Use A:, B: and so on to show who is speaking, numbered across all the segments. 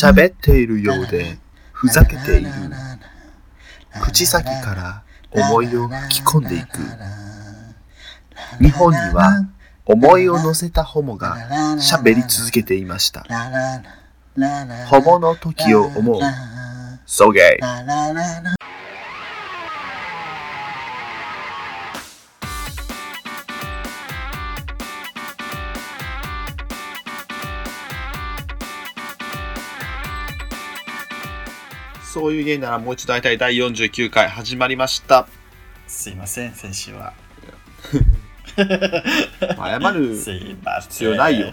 A: 喋っているようで、ふざけている。口先から思いを吹き込んでいく。日本には思いを乗せたホモが喋り続けていました。ホモの時を思う。So gay. そういうゲイならもう一度会いたい第49回始まりました。
B: すいません、先週は。
A: 謝る
B: すいません。
A: 必要ないよ。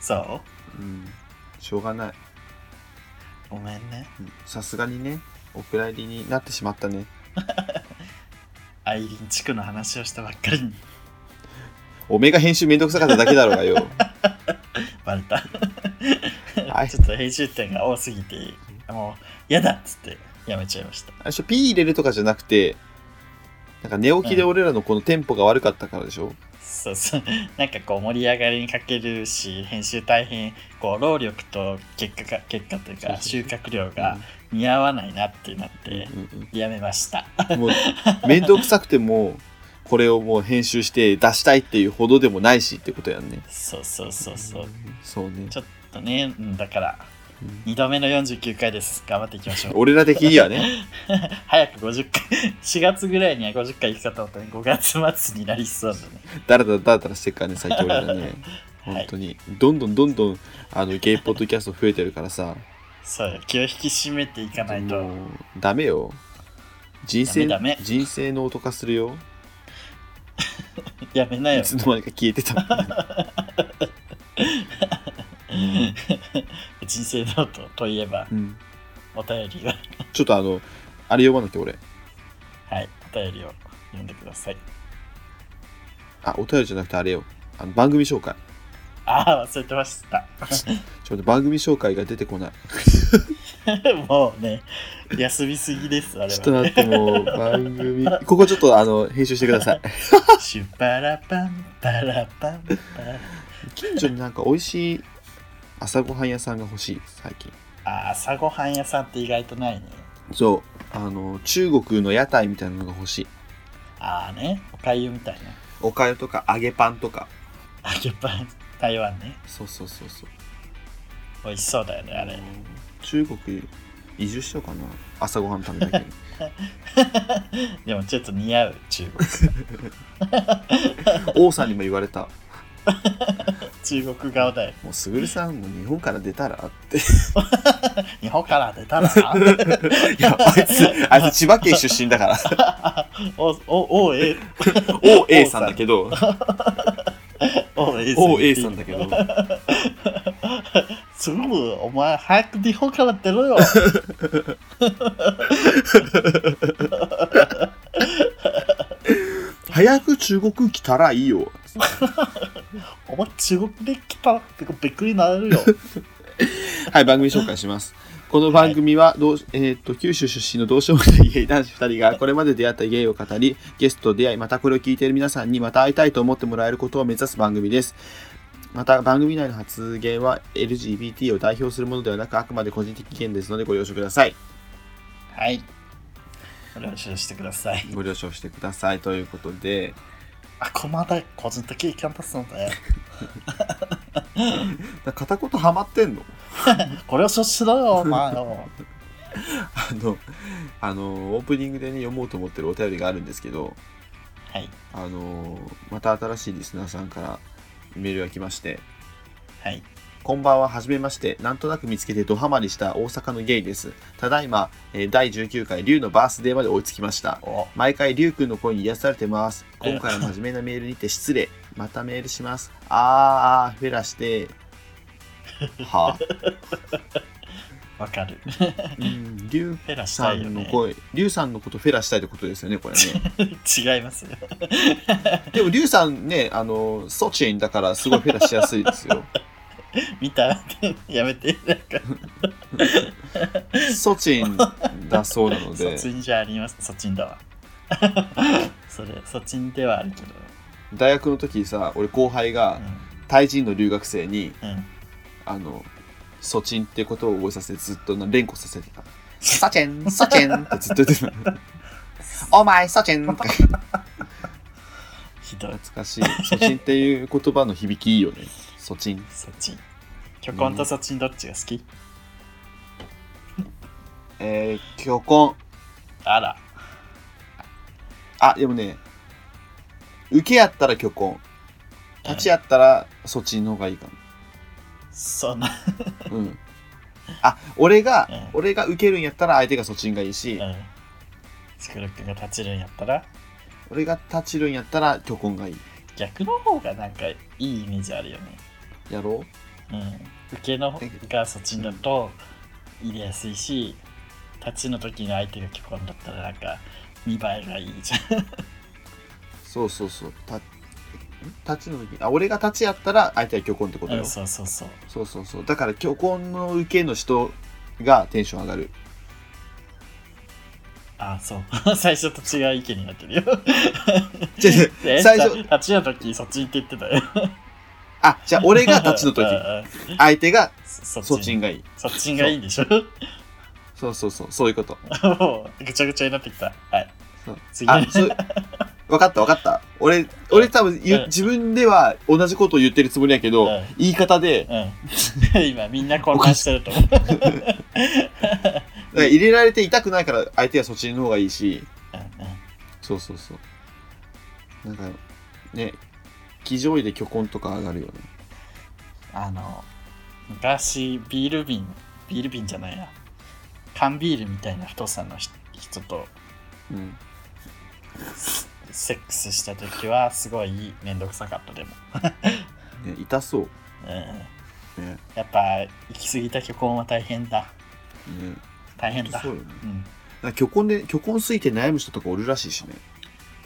B: そ
A: うん、しょうがないう
B: ごめんね。
A: うんさすがにねお蔵入りになってしまったね
B: アイリン地区の話をしたばっかりに
A: おめえが編集めんどくさかっただけだろうがよ
B: バレた。
A: はい
B: ちょっと編集点が多すぎて、もう嫌だっつってやめちゃいました。
A: あれでしょピー入れるとかじゃなくてなんか寝起きで俺らのこのテンポが悪かったからでしょ、
B: そうそう。なんかこう盛り上がりに欠けるし、編集大変、こう労力と結果が、結果という
A: そう
B: か
A: そう
B: 収穫量が似合わないなってなって、
A: うん
B: やめました。
A: うんもうめんどくさくてもこれをもう編集して出したいっていうほどでもないしってことやんね
B: そうそうそうそう。
A: そうね
B: ちょっとね、うんだから、
A: うん
B: 2度目の49回です。頑張っていきま しょう。
A: 俺ら的にはね
B: 早く50回、4月ぐらいには50回行くかと思ったら5月末になりそうだね。
A: だらだらだらだらしてっからね最近俺らね
B: はい
A: 本当にどんどんどんどんあのゲイポッドキャスト増えてるからさ
B: そうよ、気を引き締めていかないと。
A: もうダメよ人生
B: ダメダメ
A: 人生の音化するよ
B: やめないよ。
A: つの間にか消えてたうん
B: 人生ノートといえば、
A: うん
B: お便りが。
A: ちょっとあのあれ読まなきゃ俺
B: はい、お便りを読んでください。
A: あお便りじゃなくてあれよあの番組紹介
B: ああ、忘れてました。
A: ちょっと番組紹介が出てこない
B: もうね、休みすぎです、あれ
A: ちょっと
B: は。
A: 待っても う番組ここちょっとあの編集してください
B: シュパラパン、パラパン、パラ
A: 近所になんか美味しい朝ごはん屋さんが欲しい最近
B: あー朝ごはん屋さんって意外とないね。
A: そうあの中国の屋台みたいなのが欲しい
B: ああね、おかゆみたいな。
A: おかゆとか揚げパンとか
B: 揚げパン、台湾ね。
A: そうそうそうそう
B: 美味しそうだよね、あれ。
A: 中国移住しようかな朝ごはん食べたけに
B: でもちょっと似合う、中 国。
A: 王さんにも言われた
B: 中国顔だよ。
A: もうすぐるさんもう日本から出たらってい
B: 日本から出たら
A: やあいつあいつ千葉県出身だから
B: お、お、お、え、
A: 王 A さんだけど
B: お、え、
A: 王 A さんだけど
B: すぐ、お前、早く日本から出ろよ。
A: 早く中国来たらいいよ
B: お前、中国で来たら、びっくりになれるよ。
A: はい番組紹介しますこの番組はどう、えーっと九州出身のどうしようもないゲイ男子2人がこれまで出会ったゲイを語りゲストと出会いまたこれを聞いている皆さんにまた会いたいと思ってもらえることを目指す番組ですまた番組内の発言は LGBT を代表するものではなくあくまで個人的意見ですのでご了承ください
B: はい。了承してください。
A: ご了承してくださいということで
B: あ、こまだ個人的意見出すんだよ。
A: 片言ハマってんの
B: ご了承し ろよ、お前よ。
A: あのあのオープニングでね読もうと思ってるお便りがあるんですけど
B: はい。
A: あのまた新しいリスナーさんからメールが来まして
B: はい。
A: こんばんは、はじめまして。なんとなく見つけてドハマりした大阪のゲイです。ただいま、えー第19回、竜のバースデーまで追いつきました。
B: お、
A: 毎回、竜くんの声に癒されてます。今回は真面目なメールにて失礼。またメールします。あー、あーフェラして。はぁ、
B: わかる。
A: うん、竜
B: フェラした
A: さ
B: いよ
A: んの
B: ね。
A: 声、竜さんのことフェラしたいってことですよね、これね。
B: 違いますよ。
A: でも、竜さんね、あの、ソチェンだから、すごいフェラしやすいです よ。
B: 見たやめて。なんか、
A: ソチェンだそうなの
B: そ
A: で
B: っち。んじゃあります。そっちんだわ。 それ、そっちんではあるけど。
A: 大学の時さ俺後輩が
B: う
A: タイ人の留学生に
B: ん。うん。
A: あの、ソチンってことを覚えさせて、ずっとな連呼させてた。ソチン、ソチンってずっと言ってた。お前、ソチンって
B: ひどい。
A: 懐かしい。ソチンっていう言葉の響きいいよね。ソチン。
B: そっち。巨根とそっちどっちが好き、
A: えー、巨根。
B: あら。
A: あ、でもね、受けやったら巨根。立ちやったらソチンの方がいいか
B: そんな。
A: も。うん。あ、俺が、
B: うん
A: 俺が受けるんやったら相手がソチンがいいし、
B: うん。スクロ君が立ちるんやったら、
A: 俺が立ちるんやったら巨根がいい。
B: 逆の方がなんかいいイメージあるよね。
A: やろ
B: うん。受けの方がそっちだと入れやすいし、立ちの時の相手が巨根だったらなんか見栄えがいいじゃん。
A: うそうそうそう。たん立ちの時あ俺が立ちやったら相手は巨根ってこと
B: う
A: よ、
B: ん、そうそうそう。
A: そうそうそうだから巨根の受けの人がテンション上がる
B: あ、そう。 最初と違う意見になってるよ。
A: 違う違う
B: で
A: 最初
B: 立ちの時そっちって言ってたよ。
A: あじゃあ俺が立ちの時
B: うんうん
A: 相手が
B: そそ
A: そ
B: っ
A: っ
B: ち
A: ちんがいい
B: そっちがいいんでしょ
A: そうそうそうそういうこと
B: もうぐちゃぐちゃになってきた。はい。
A: そう
B: 次
A: あそう分かった分かった俺俺多分言う
B: うん
A: 自分では同じことを言ってるつもりやけど、
B: うん
A: 言い方で
B: うん。今みんな混乱してると 思う。
A: だから入れられて痛くないから相手はそっちの方がいいし
B: うんうん
A: そうそうそうなんかね騎乗位で巨根とか上がるよね
B: あの、昔ビール瓶、ビール瓶じゃないな。缶ビールみたいな太さの人人と
A: うん
B: セックスした時はすごいめんどくさかったでも。
A: ね痛そう
B: うんうん。
A: ね
B: やっぱ行き過ぎた虚婚は大変だ。
A: ね
B: 大変だ。
A: そうよね
B: うん。
A: なんか巨根で巨根すいて悩む人とかおるらしいしね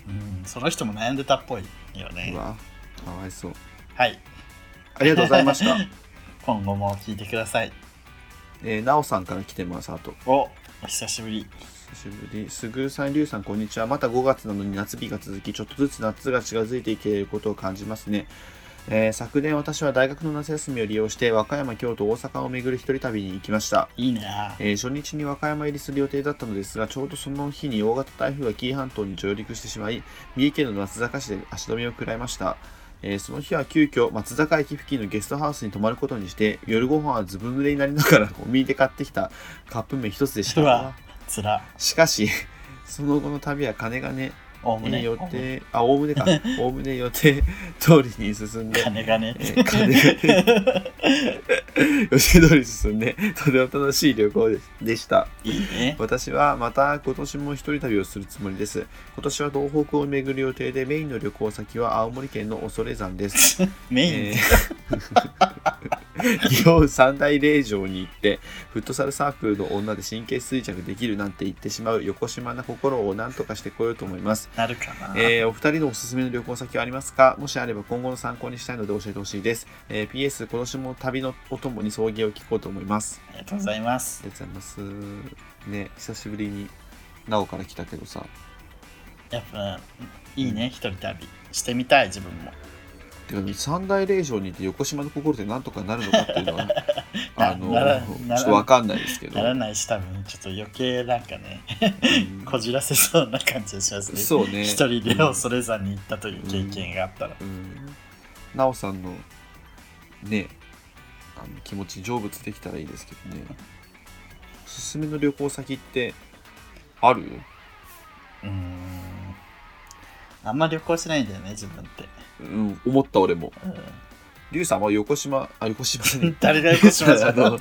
B: うん、その人も悩んでたっぽいよね
A: う。わかわいそう
B: はい。
A: ありがとうございま した。
B: 今後も聞いてください。
A: えー、なおさんから来てますあと
B: お、お久しぶり。
A: 久しぶりすぐるさんりゅうさんこんにちはまた5月なのに夏日が続きちょっとずつ夏が近づいていけることを感じますね、えー昨年私は大学の夏休みを利用して和歌山京都大阪を巡る一人旅に行きました
B: いいなぁ。
A: えー初日に和歌山入りする予定だったのですがちょうどその日に大型台風が紀伊半島に上陸してしまい三重県の松坂市で足止めを食らいました、えーその日は急遽松坂駅付近のゲストハウスに泊まることにして夜ご飯はずぶ濡れになりながらコンビニで買ってきたカップ麺一つでし
B: うわ
A: た
B: つら。
A: しかし その後の旅は金がね
B: おおむね。
A: 予定あおおむねかおおむね予定通りに進んで
B: 金がね
A: え。ー金 が予定通りに進んでとても楽しい旅行ででした
B: いいね。
A: 私はまた今年も一人旅をするつもりです今年は東北を巡る予定でメインの旅行先は青森県の恐山です
B: メイン
A: え
B: で
A: ー日本三大霊場に行ってフットサルサークルの女で神経衰弱できるなんて言ってしまう横島な心を何とかしてこようと思い ます、
B: なるかな。
A: えーお二人のおすすめの旅行先はありますかもしあれば今後の参考にしたいので教えてほしいです、えー PS 今年も旅のお供に送迎を聞こうと思います
B: ありがとうございます
A: あ。りがとうございますね久しぶりになおから来たけどさ
B: やっぱ、いいね、一人旅。してみたい、自分も。
A: てか三大霊場にいて横島の心ってなんとかなるのかっていうのは あの
B: なら
A: ち
B: なら
A: ょっとわかんないですけど
B: な、らないし、多分、ちょっと余計なんかね、
A: うん
B: こじらせそうな感じがしますね。
A: そうね
B: 一人で恐れ山に行ったという経験があったら。
A: うんなおさんのねあの気持ち成仏できたらいいですけどねおすすめの旅行先ってある
B: うーん。あんま旅行しないんだよね、自分 って。
A: うん思った俺も
B: うん
A: リュウさんは横島あ横島ね
B: 誰が横島じゃん
A: あのりょ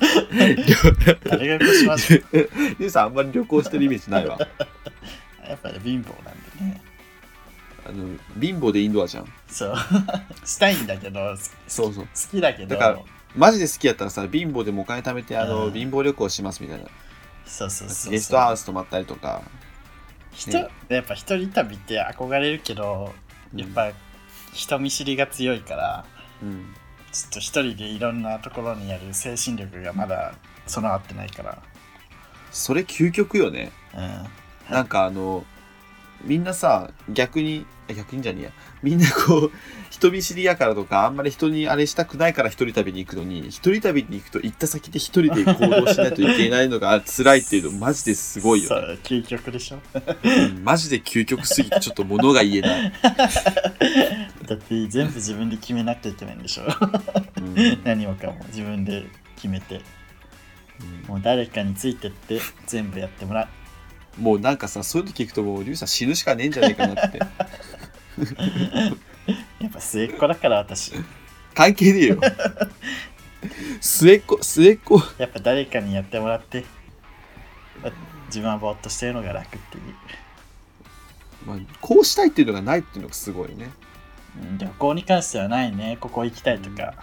B: 誰が越しましょう
A: リュウさんあんまり旅行してるイメージないわ
B: やっぱり貧乏なんでね。
A: あの貧乏でインドアじゃん
B: そう。 したいんだけど、す
A: そうそう
B: 好きだけど、
A: だからマジで好きやったらさ貧乏でもお金貯めてあの、
B: うん
A: 貧乏旅行しますみたいな
B: そうそうそうそう。
A: ゲストハウス泊まったりとか、
B: 人
A: ね
B: やっぱ一人旅って憧れるけど、
A: うん
B: やっぱ人見知りが強いから、
A: うん、
B: ちょっと一人でいろんなところにやる精神力がまだ備わってないから。
A: それ究極よね
B: うん。
A: なんかあのみんなさ逆にあ逆にじゃねえやみんなこう 人見知りやからとかあんまり人にあれしたくないから一人旅に行くのに一人旅に行くと行った先で一人で行動しないといけないのが辛いってい うのマジですごいよ、
B: そ
A: ね
B: う究極でしょ
A: うんマジで究極すぎてちょっと物が言えない、
B: だって全部自分で決めなきゃいけないんでしょ
A: うん
B: 何もかも自分で決めてもう誰かについてって全部やってもらう
A: もうなんかさそういうの聞くともうリュウさん死ぬしかねえんじゃないかなって
B: やっぱ末っ子だから私
A: 関係ねえよ末っ子末っ子
B: やっぱ誰かにやってもらってま自分はぼーっとしてるのが楽っていう
A: まあ、こうしたいっていうのがないっていうのがすごいね
B: うん旅行に関してはないねここ行きたいとか、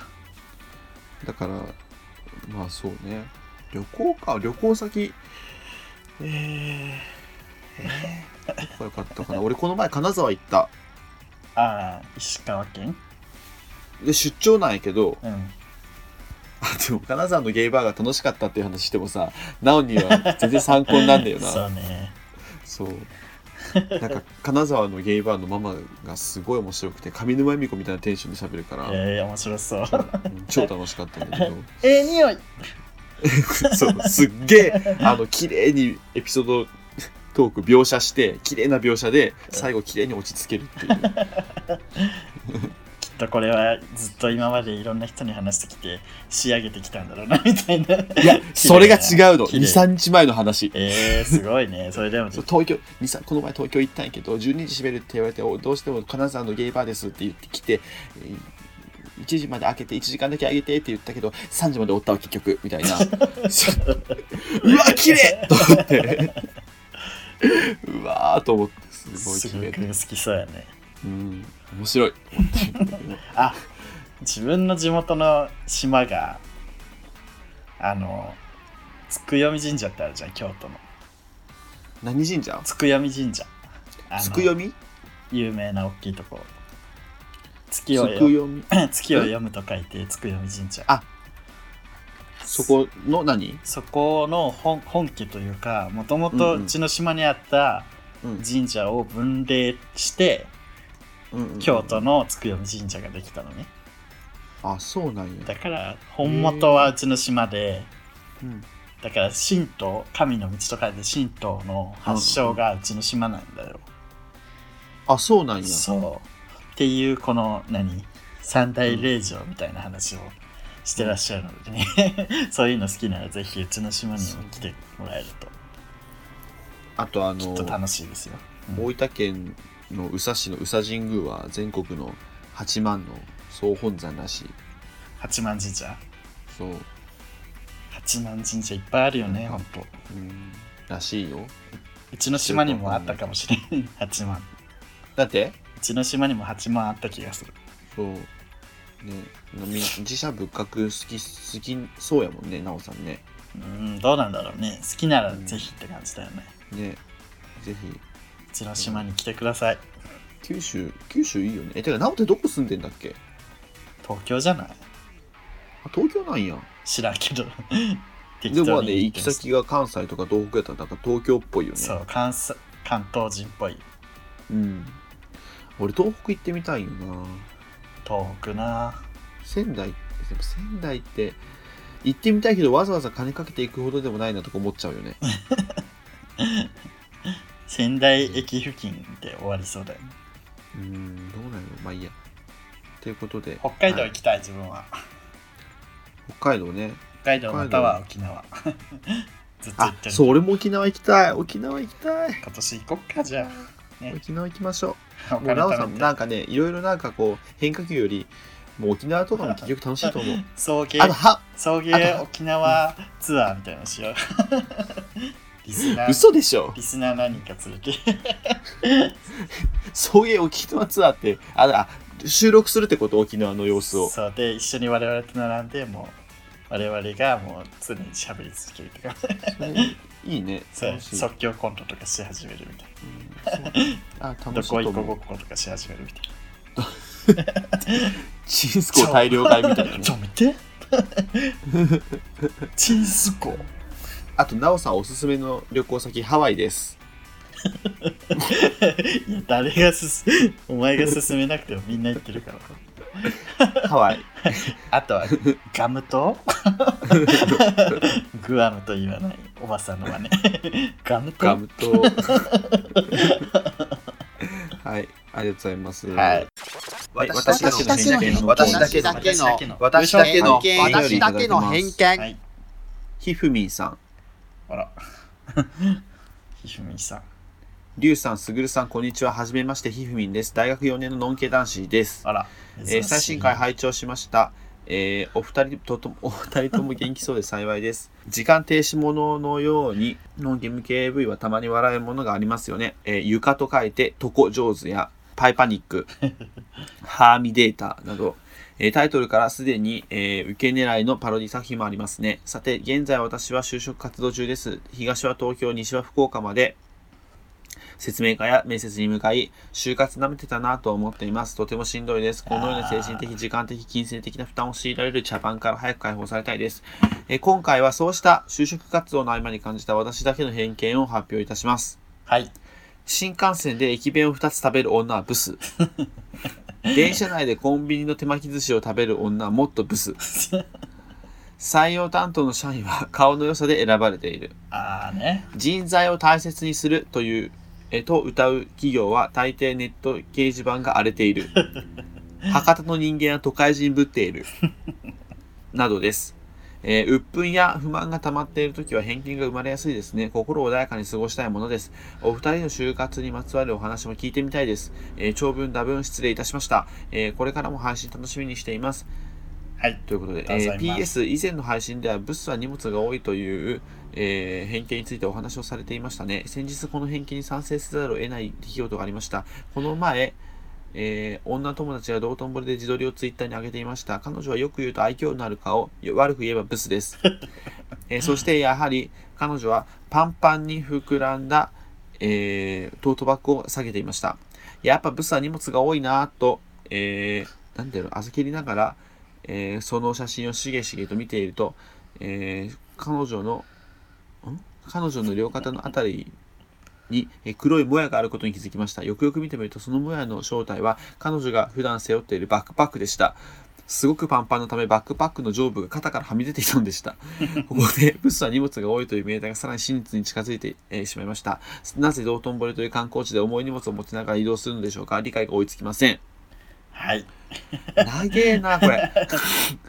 A: だからまあそうね旅行か旅行先えー、えー、どこがよかったかな俺この前金沢行った
B: ああ石川県
A: で出張なんやけど
B: うん
A: あでも金沢のゲイバーが楽しかったっていう話してもさなおには全然参考になんだよな
B: そうね
A: そうなんか金沢のゲイバーのママがすごい面白くて上沼恵美子みたいなテンションで喋るから、
B: えー、面白そう
A: うん超楽しかったんだけど
B: えー、匂い
A: そうすっげえあの綺麗にエピソードトーク描写して綺麗な描写で最後綺麗に落ち着けるっていう
B: きっとこれはずっと今までいろんな人に話してきて仕上げてきたんだろうなみたい ない
A: やそれが違うの
B: 綺麗
A: 23日前の話
B: えー、すごいねそれでも
A: そう東京二三この前東京行ったんやけど12時閉めるって言われておどうしても金沢のゲイバーですって言ってきてえー1時まで開けて1時間だけ開けてって言ったけど3時までおったわ結局みたい なそううわ綺麗と思ってうわーと思ってすごい
B: す
A: 綺
B: ご
A: 麗
B: く好きそうやね
A: うん面白い
B: あ自分の地元の島があのつくよみ神社ってあるじゃん京都の
A: 何神社
B: つくよみ神社あの
A: つくよみ
B: 有名な大きいとこ
A: つ
B: 月を
A: く
B: よ
A: よみ
B: 月を読むと書いてつくよみ神社
A: あそこの何、
B: そこの本本家というかもともとうちの島にあった
A: うん
B: 神社を分霊して、
A: うん
B: 京都のつくよみ神社ができたのね
A: あそうなんや
B: だから本元はうちの島で
A: うん
B: だから神道神の道とかで神道の発祥がうちの島なんだよ、
A: あそうなんや
B: そうっていうこの何三大霊場みたいな話をしてらっしゃるのでね、 そういうの好きならぜひうちの島にも来てもらえると
A: あとあ
B: きっ
A: の
B: と楽しいですよ
A: 大分県の宇佐市の宇佐神宮は全国の8万の総本山らしい
B: 八幡神社
A: そう、
B: 八幡神社いっぱいあるよね、
A: うん
B: ほんと
A: うん、らしいよ
B: うちの島にもあったかもしれない八幡
A: だって
B: うちの島にも八幡あった気がする
A: そうねみ自社仏閣好き好きそうやもんねなおさんね
B: うんどうなんだろうね好きならぜひって感じだよね、
A: ねぜひ
B: うちの島に来てください
A: 九州九州いいよねえてかなおってどこ住んでんだっけ
B: 東京じゃない
A: あ東京なんや
B: 知らんけど 適
A: でもまあね
B: 言っ
A: 行
B: て
A: き
B: ます
A: 先が関西とか東北やったらなんか東京っぽいよね
B: そう関西関東人っぽい
A: うん俺東北行ってみたいよな
B: 東北な
A: 仙台でも仙台って行ってみたいけどわざわざ金かけていくほどでもないなとか思っちゃうよね
B: 仙台駅付近で終わりそうだよね
A: うんどうなのまあいいやということで
B: 北海道
A: は
B: 行
A: い
B: きたい自分は
A: 北海道ね
B: 北海道または沖縄 ずっと行
A: あ
B: ってる
A: そう俺も沖縄行きたい沖縄行きたい
B: 今年行こっかじゃね
A: 沖縄行きましょ
B: あ
A: う
B: お
A: もう
B: 金
A: なおさ
B: 貯
A: ん
B: め
A: も
B: て
A: なんかねいろいろなんかこう変化球よりもう沖縄とかも結局楽しいと思う
B: 送
A: あと
B: 迎
A: は
B: 送
A: あ
B: 迎沖縄ツアーみたいなのしよう リスナー
A: 嘘でしょ
B: リスナー何人か連れて
A: そういう沖縄ツアーってああ収録するってこと沖縄の様子を
B: そうで一緒に我々と並んでもう我々がもう常に喋り続けるとか
A: いいね
B: そう
A: 楽しい
B: 即興コントとかし始めるみたい
A: あ
B: な
A: 楽
B: ど
A: し
B: こ
A: いと
B: 行こう
A: 思
B: こ
A: う
B: ことかし始めるみたい
A: チンスコー大量買いみたいな
B: な
A: ね
B: ちょ見てチンスコ
A: あとなおさんおすすめの旅行先ハワイです
B: いや誰がすすお前が進めなくてもみんな言ってるから
A: ハワイ。
B: あとはガムとグアムと言わないおばさんのはねガムと
A: ガムと。 はい、ありがとうございます。
B: はい。
A: はい、
C: 私だけの
A: 私だけの私だけの
C: 私だけの
A: 私だけの
C: 偏見私だけの偏
B: は
C: 見
B: い
A: ひふみんさん、
B: あらひふみさん
A: りゅうさん、すぐるさん、こんにちは。はじめまして、ひふみんです。大学4年ののんけ男子です。
B: あら
A: えー最新回
B: は
A: 拝聴しました。えーお二人とともお 二人とも元気そうで幸いです。時間停止もののように、のんけ向け AV はたまに笑えるものがありますよね。えー床と書いて、とこ上手や、パイパニック、ハーミデータなど、えータイトルからすでに、えー受け狙いのパロディ作品もありますね。さて、現在私は就職活動中です。東は東京、西は福岡まで、説明会や面接に向かい、就活舐めてたなと思っています。とてもしんどいです。このような精神的、時間的、金銭的な負担を強いられる茶番から早く解放されたいです。えー今回はそうした就職活動の合間に感じた私だけの偏見を発表いたします。
B: はい
A: 新幹線で駅弁を2つ食べる女はブス。電車内でコンビニの手巻き寿司を食べる女はもっとブス。採用担当の社員は顔の良さで選ばれている。
B: ああね
A: 人材を大切にするという、えと歌う企業は大抵ネット掲示板が荒れている。博多の人間は都会人ぶっている。などです。えー、鬱憤や不満が溜まっている時は偏見が生まれやすいですね。心穏やかに過ごしたいものです。お二人の就活にまつわるお話も聞いてみたいです。えー長文多文失礼いたしました、えーこれからも配信楽しみにしています。
B: はい
A: ということで、
B: あり
A: え
B: が
A: ー
B: とうございま
A: PS 以前の配信ではブスは荷物が多いという、えー偏見についてお話をされていましたね先日この偏見に賛成せざるを得ない出来事がありましたこの前、えー女友達が道頓堀で自撮りをツイッターに上げていました彼女はよく言うと愛嬌のある顔悪く言えばブスです えーそしてやはり彼女はパンパンに膨らんだ、えートートバッグを下げていましたやっぱブスは荷物が多いなぁと、えー、なんだろう、あざけりながら、えーその写真をしげしげと見ていると、えー彼女の、ん彼女の両肩のあたりにえー黒いもやがあることに気づきました。よくよく見てみると、そのもやの正体は、彼女が普段背負っているバックパックでした。すごくパンパンのため、バックパックの上部が肩からはみ出ていたのでした。ここで、ブスは荷物が多いという命題がさらに真実に近づいて、えーしまいました。なぜ道頓堀という観光地で重い荷物を持ちながら移動するのでしょうか理解が追いつきません。
B: はい
A: 長えな、これ。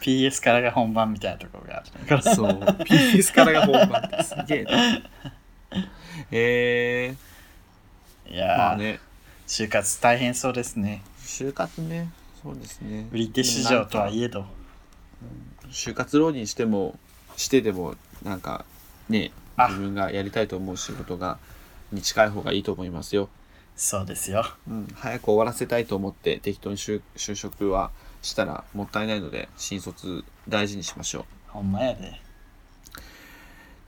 B: PS からが本番みたいなところがあ るから
A: そう。PS からが本番ってすげえな。え
B: い
A: ー、ま
B: や
A: あ
B: ー、
A: ね、
B: 就活大変そうですね
A: 就活ね、そうですね。
B: 売り手市場とは
A: なんか
B: いえど
A: 就活浪人しても、してでも、なんか、ね、
B: あ
A: 自分がやりたいと思う仕事が、に近い方がいいと思いますよ。
B: そうですよ
A: うん、早く終わらせたいと思って、適当に就就職はしたらもったいないので、新卒大事にしましょう。
B: ほんまやで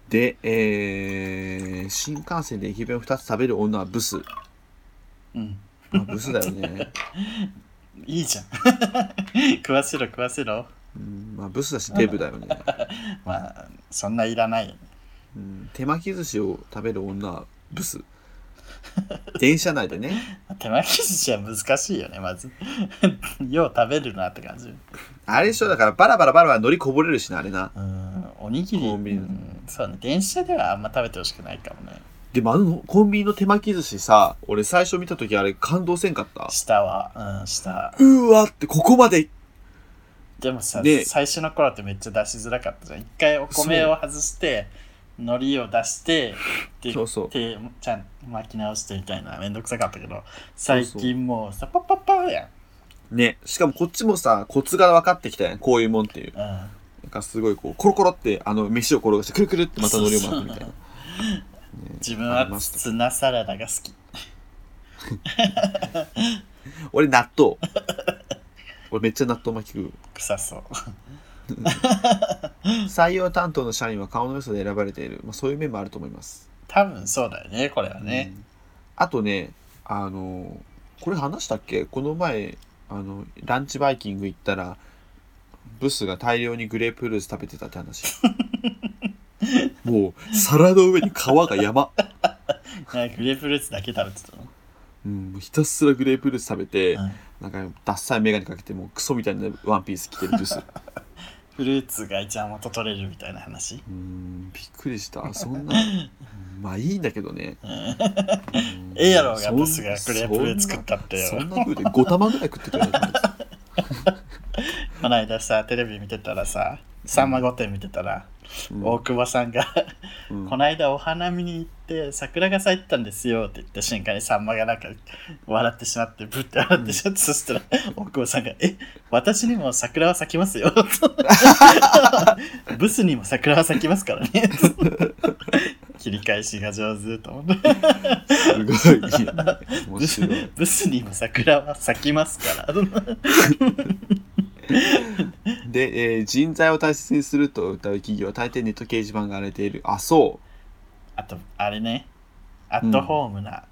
A: で、えー、新幹線で駅弁を2つ食べる女はブス。
B: うん
A: まあ、ブスだよね。
B: いいじゃん 食わせろ食わせろ
A: うん、まあ、ブスだしデブだよね。
B: まあそんないらない
A: うん、手巻き寿司を食べる女はブス。電車内でね。
B: 手巻き寿司は難しいよねまず よう食べるなって感じ
A: あれでしょ、だからバラバラバラバラ海苔こぼれるしな、あれな。
B: うんおにぎり
A: コンビニ
B: うんそうね電車ではあんま食べてほしくないかもね
A: でもあのコンビニの手巻き寿司さ、俺最初見た時あれ感動せんかった。
B: 下はうん下
A: うーわってここまで
B: でもさ
A: で
B: 最初の頃ってめっちゃ出しづらかったじゃん一回お米を外して海苔を出してで
A: そうそう
B: 手をちゃんと巻き直してみたいなめんどくさかったけど
A: そう
B: 最近もうさパッパッパーやん、
A: ね。しかもこっちもさ、コツが分かってきたやん。こういうもんっていう。
B: うん、
A: なんかすごいこう、コロコロって、あの、飯を転がして、くるくるってまた海苔を巻くみたいな。
B: 自分
A: あ
B: は
A: りました
B: ツナサラダが好き
A: 俺納豆俺めっちゃ納豆巻き食う
B: 臭そう
A: 採用担当の社員は顔の良さで選ばれている、まあ、そういう面もあると思います
B: 多分そうだよねこれはね、
A: うんあとねあのこれ話したっけこの前あのランチバイキング行ったらブスが大量にグレープフルーツ食べてたって話もう皿の上に皮が山
B: なんかグレープフルーツだけ食べてたの。
A: うん、もうひたすらグレープフルーツ食べて、
B: うん
A: なんかダッサいメガネかけてもうクソみたいなワンピース着てるブスう
B: フルーツが一番元取れるみたいな話。
A: んびっく りしたそんなまあいいんだけどね
B: うん
A: うん
B: ええやろう
A: そ
B: が、
A: ん
B: ボスがグレープフルーツ作ったってよ
A: そ。んなそんな食うて5玉ぐらい食ってたよ
B: この間さ、テレビ見てたらさ、さんま御殿見てたら、
A: うん
B: 大久保さんが、
A: うん
B: この間お花見に行って、桜が咲いてたんですよって言った瞬間に、さんまがなんか、笑ってしまって、ぶって笑ってしまって、そした ら、大久保さんが、え、私にも桜は咲きます よ。ブスにも桜は咲きますからね。切り返しが上手と思って。
A: すごい面白 い
B: ブスにも桜は咲きますから。
A: で、えー人材を大切にすると歌う企業は大抵ネット掲示板が荒れているあそう
B: あと、あれね、アットホームな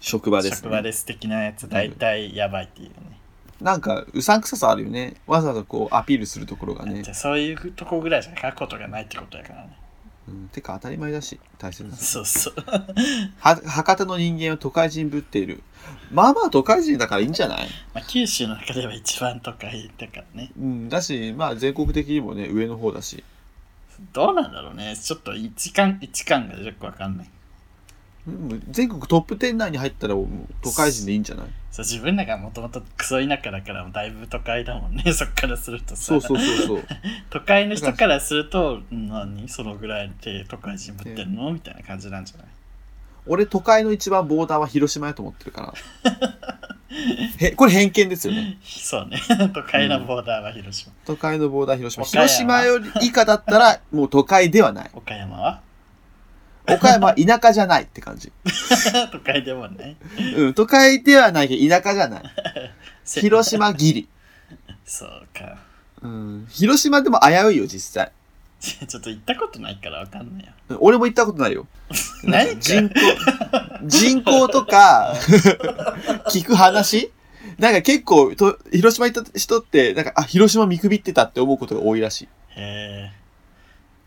A: 職場です、ね、
B: 職場で素敵なやつ、大体やばいっていうね。
A: なんかうさんくささあるよねわざわざこうアピールするところがね
B: じゃあそういうとこぐらいしか書くことがないってことやからね。
A: うん、てか当たり前だし大切だし
B: そうそう。
A: は博多の人間を都会人ぶっているまあまあ都会人だからいいんじゃない、
B: まあ、九州の中では一番都会だからね。
A: うん、だしまあ全国的にもね上の方だし
B: どうなんだろうね。ちょっと一感、一感がよくわかんない。
A: うん全国トップ10内に入ったらもう都会人でいいんじゃない
B: そう、自分らがもともとクソ田舎だからだいぶ都会だもんね。そ っからするとさ。
A: そうそうそうそう
B: 都会の人からすると、何そのぐらいで都会人ぶってんのみたいな感じなんじゃない
A: 俺都会の一番ボーダーは広島やと思ってるからへこれ偏見ですよね
B: そうね。 都会のボーダーは広島。
A: 都会のボーダー広島
B: 岡山
A: 広島より以下だったらもう都会ではない
B: 岡山は
A: 岡山は田舎じゃないって感じ、
B: 都会でもね。
A: うん、都会ではないけど田舎じゃない
B: せ
A: 広島ギリ、
B: そうか。
A: うん、広島でも危ういよ実際
B: ちょっと行ったことないからわかんないよ。
A: うん俺も行ったことないよ
B: ないか
A: 人口人口とか聞く話なんか結構と広島行った人ってなんかあ広島見くびってたって思うことが多いらしい
B: へえ。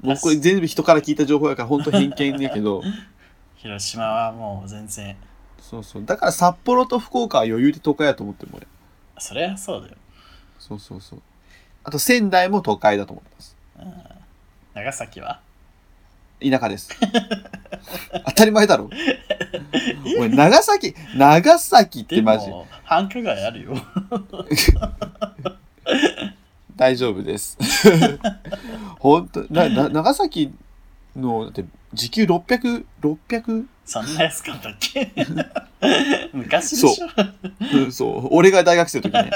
A: 僕これ全部人から聞いた情報やから本当偏見やけど
B: 広島はもう全然、
A: そうそうだから札幌と福岡は余裕で都会やと思ってるもん俺
B: それはそうだよ。
A: そうそうそうあと仙台も都会だと思ってます
B: 長崎は
A: 田舎です当たり前だろ俺長崎長崎っ
B: で
A: てマジ
B: も繁華街あるよ
A: 大丈夫です 本当なな長崎のだって時給600600 600
B: そんな安かったっけ 昔でしょそ
A: うんそう俺が大学生の時ね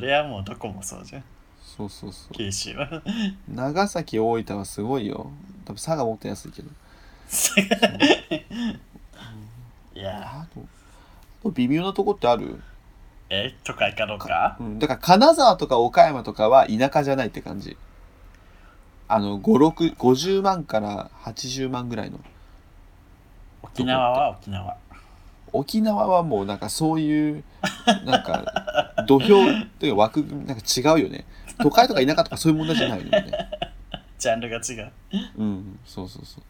B: れはもうどこもそうじゃん
A: そうそうそう
B: 九州は
A: 長崎大分はすごいよ多分佐賀もっと安いけど
B: いや
A: あとあと微妙なとこってある、
B: え都会かどうか
A: うん、だから金沢とか岡山とかは田舎じゃないって感じあの56 50万から80万ぐらいの
B: 沖縄は沖縄
A: 沖縄はもうなんかそういうなんか土俵というか枠組みなんか違うよね都会とか田舎とかそういう問題じゃないよね
B: ジャンルが違う
A: うんそうそうそう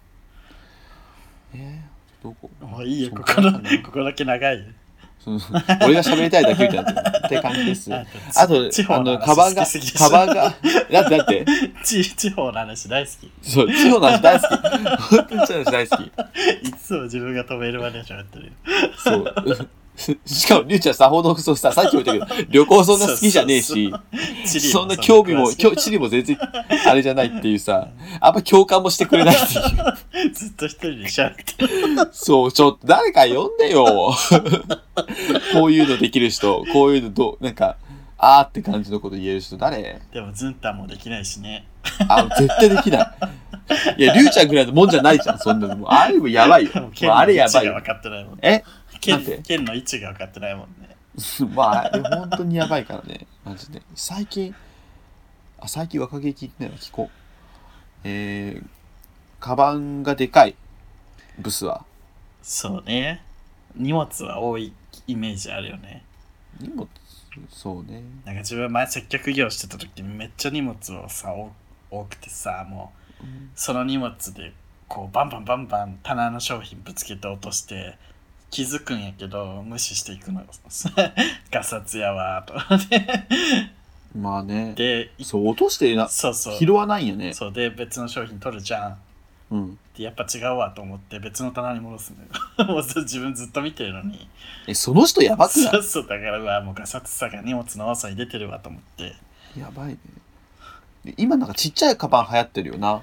A: えー、どこ
B: もういいよ
A: そう
B: ここの
A: かな
B: ここだけ長いよ
A: そうそう俺が喋りたいだけみたいなって感じです
B: あ
A: あと
B: 地、方
A: あ
B: の
A: の、
B: 話
A: カバンが、
B: 好きすぎて
A: カバンが、だって、だって、
B: 地 地方の話大好き
A: そう、地方の話大好き。本当に地方の話大好き。
B: いつも自分が止めるまで喋ってるよ
A: そう。しかも、りゅうちゃんさほどそうさ、さっきも言ったけど、旅行そんな好きじゃねえし、
B: 地理も
A: そんな興味も、
B: 詳しい
A: 興地理も全然あれじゃないっていうさ、あんま共感もしてくれないってい う。
B: ずっと一人で喋ってる
A: そう、ちょっと誰か呼んでよ。 こういうのできる人、こういうのどう、なんか、あーって感じのこと言える人誰
B: でもズンタンもできないしね
A: あ、絶対できない。いや、りゅうちゃんぐらいのもんじゃないじゃん、そんなの。もうあれもやばいよ。もう
B: 県
A: あ
B: の
A: れ
B: 位
A: やば
B: 置
A: い
B: が
A: よ
B: 分。かってないもん
A: えなんて
B: 県県の位置が分かってないもんね
A: まあ、あれ本当にやばいからね。マジで。最近、あ、最近若気聞いてないの聞こう。えー、カバンがでかい。ブスは。
B: そうね荷物は多いイメージあるよね
A: 荷物、そうね。
B: なんか自分前接客業してた時にめっちゃ荷物をさお多くてさもうその荷物でこうバンバンバンバン棚の商品ぶつけて落として気づくんやけど無視していくのよ ガサツやわーと思って
A: まあね。
B: でい
A: そう、落としてな、
B: そうそう
A: 拾わないよね。
B: そうで別の商品取るじゃん
A: うん。
B: でやっぱ違うわと思って別の棚に戻すんだよ もうそれ自分ずっと見てるのに
A: え、その人やばくな
B: そうそうだからうわもうガサツさが荷物の多さに出てるわと思って
A: いやばいね。で今なんかちっちゃいカバン流行ってるよな。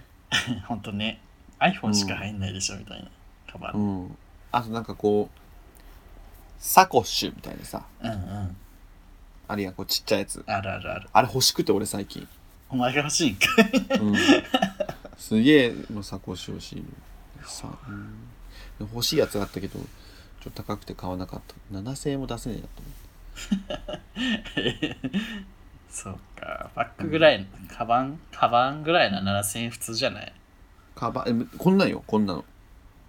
B: 本当ね iPhone しか入んないでしょみたいな、カバ
A: う
B: ン
A: ん。あとなんかこう、サコッシュみたいなさ、
B: うんうん
A: あるいはこうちっちゃいやつ。
B: あるあるある
A: あれ欲しくて俺最近。
B: お前が欲しいんか
A: うん。すげえ、もうサコッシュ欲しい。さ、うん欲しいやつがあったけど、ちょっと高くて買わなかった。7000円も出せねえなと思って。
B: そうかバッグぐらい、カバンカバンぐらいな7000円普通じゃない
A: カバン、えこんなんよ、こんなの。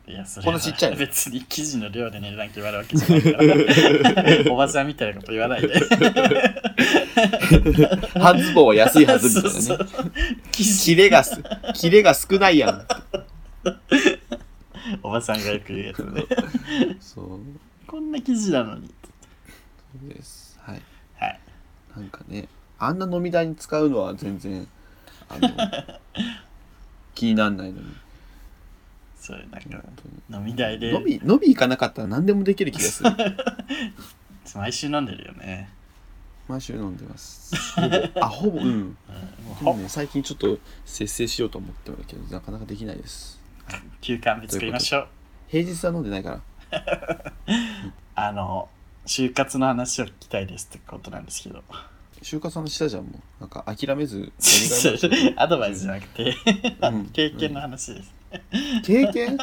B: いやそれ
A: こ
B: は
A: んなちっちゃいの
B: 別に記事の量で値段決まるわけじゃないから おばさんみたいなこと言わないで
A: 半ズボンは安いはずみたいなね。
B: そうそう記事
A: キレがす、キレが少ないやん。
B: おばさんがよく言うやつね
A: そう
B: こんな記事なのに
A: です。はい。
B: はい
A: なんかね、あんな飲み代に使うのは全然、あの、 気にならないのに。
B: そうなん
A: 本
B: か飲み代
A: 当に
B: で
A: 飲み、飲み行かなかったら何でもできる気がする。
B: 毎週飲んでるよね、
A: 毎週飲んでます。ほぼあ、ほぼ、うん。
B: うん、もう
A: でもね、最近ちょっと節制しようと思ってるけど、なかなかできないです。
B: 休館日作りましょう
A: 平日は飲んでないから。
B: あの就活の話を聞きたいですってことなんですけど
A: 就活のしたじゃん、もう。なんか諦 めず、やり
B: そ
A: がいもある
B: れアドバイスじゃなくて、
A: うん
B: 経験の話です、
A: 経験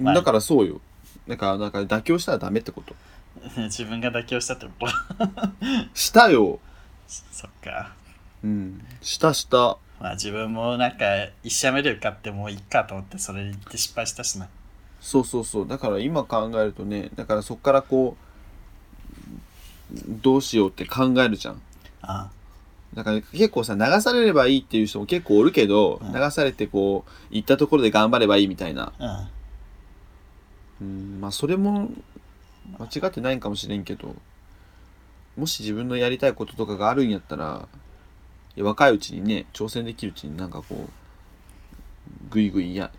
B: まあ
A: だからそうよ。なんか、なんか妥協したらダメってこと。
B: 自分が妥協したってこと
A: したよ。
B: そっか
A: うん。したした。
B: まあ自分もなんか一社目で受かってもういっかと思ってそれで行って失敗したしな
A: そうそうそう。だから今考えるとね、だからそっからこう、どうしようって考えるじゃん。
B: あ
A: だから結構さ、流されればいいっていう人も結構おるけど、
B: うん
A: 流されてこう、行ったところで頑張ればいいみたいな。
B: あ
A: うん、まあそれも間違ってないんかもしれんけど、もし自分のやりたいこととかがあるんやったら、いや若いうちにね、挑戦できるうちになんかこう、ぐいぐいや、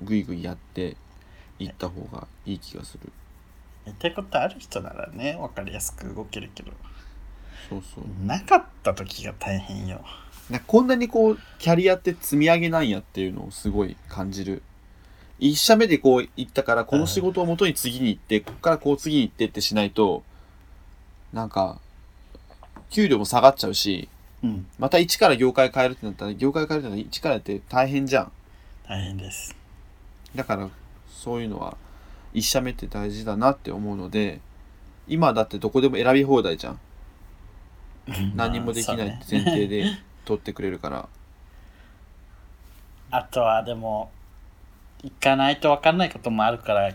A: ぐいぐいやっていった方がいい気がする。
B: うんやりたいことある人ならね分かりやすく動けるけど
A: そうそう。
B: なかった時が大変よ
A: なんかこんなにこうキャリアって積み上げなんやっていうのをすごい感じる一社目でこう行ったからこの仕事をもとに次に行ってここからこう次に行ってってしないとなんか給料も下がっちゃうし
B: うん
A: また一から業界変えるってなったら業界変えるってなったら一からやって大変じゃん
B: 大変です
A: だからそういうのは一社目って大事だなって思うので今だってどこでも選び放題じゃん何もできないって
B: そう
A: 前
B: ね
A: 提で取ってくれるから
B: あとはでも行かないと分かんないこともあるから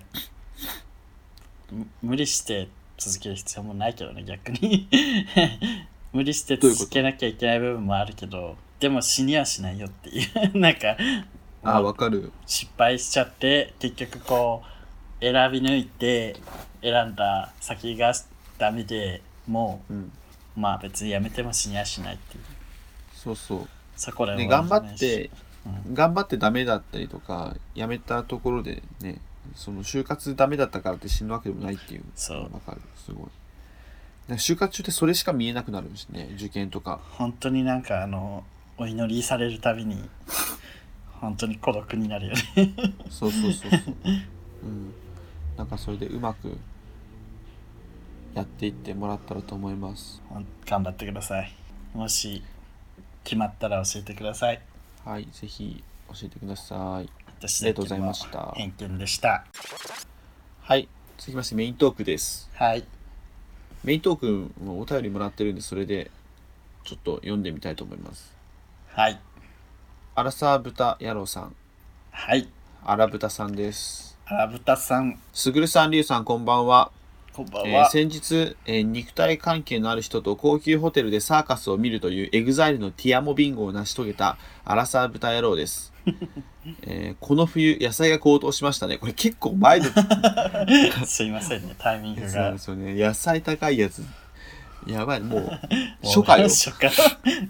B: む無理して続ける必要もないけどね逆に 無理して
A: どういうこと
B: 続けなきゃいけない部分もあるけどでも死にはしないよっていう なんか
A: ああわかる
B: 失敗しちゃって結局こう選び抜いて選んだ先がダメでも
A: うん
B: うまあ別にやめても死にはしないっていう
A: そうそう
B: そこら
A: ね、
B: 辺は
A: 頑張って、
B: う
A: 頑張ってダメだったりとかやめたところでねその就活ダメだったからって死ぬわけでもないっていう
B: そう
A: わかるすごいなんか就活中ってそれしか見えなくなるしね受験とか
B: 本当になんかあのお祈りされるたびに本当に孤独になるよね
A: そうそうそうそううんなんかそれでうまくやっていってもらったらと思います
B: ほん頑張ってくださいもし決まったら教えてください
A: はいぜひ教えてください
B: 私
A: ありがとうございました
B: 偏見でした
A: はい続きましてメイントークです
B: はい
A: メイントークもお便りもらってるんでそれでちょっと読んでみたいと思います
B: はい
A: アラサー豚野郎さん、
B: はい
A: アラブタさんです。
B: あぶたさん
A: すぐるさん、りゅうさん、こんばんは。
B: こんばん
A: えー
B: は。
A: 先日、えー肉体関係のある人と高級ホテルでサーカスを見るというエグザイルのティアモビンゴを成し遂げたアラサー豚野 郎です、えーこの冬野菜が高騰しましたねこれ結構前の
B: すいませんね、タイミング
A: やつなん
B: が
A: で。すよ ね野菜高いやつやばいもう
B: もう
A: 初夏よ
B: 初夏。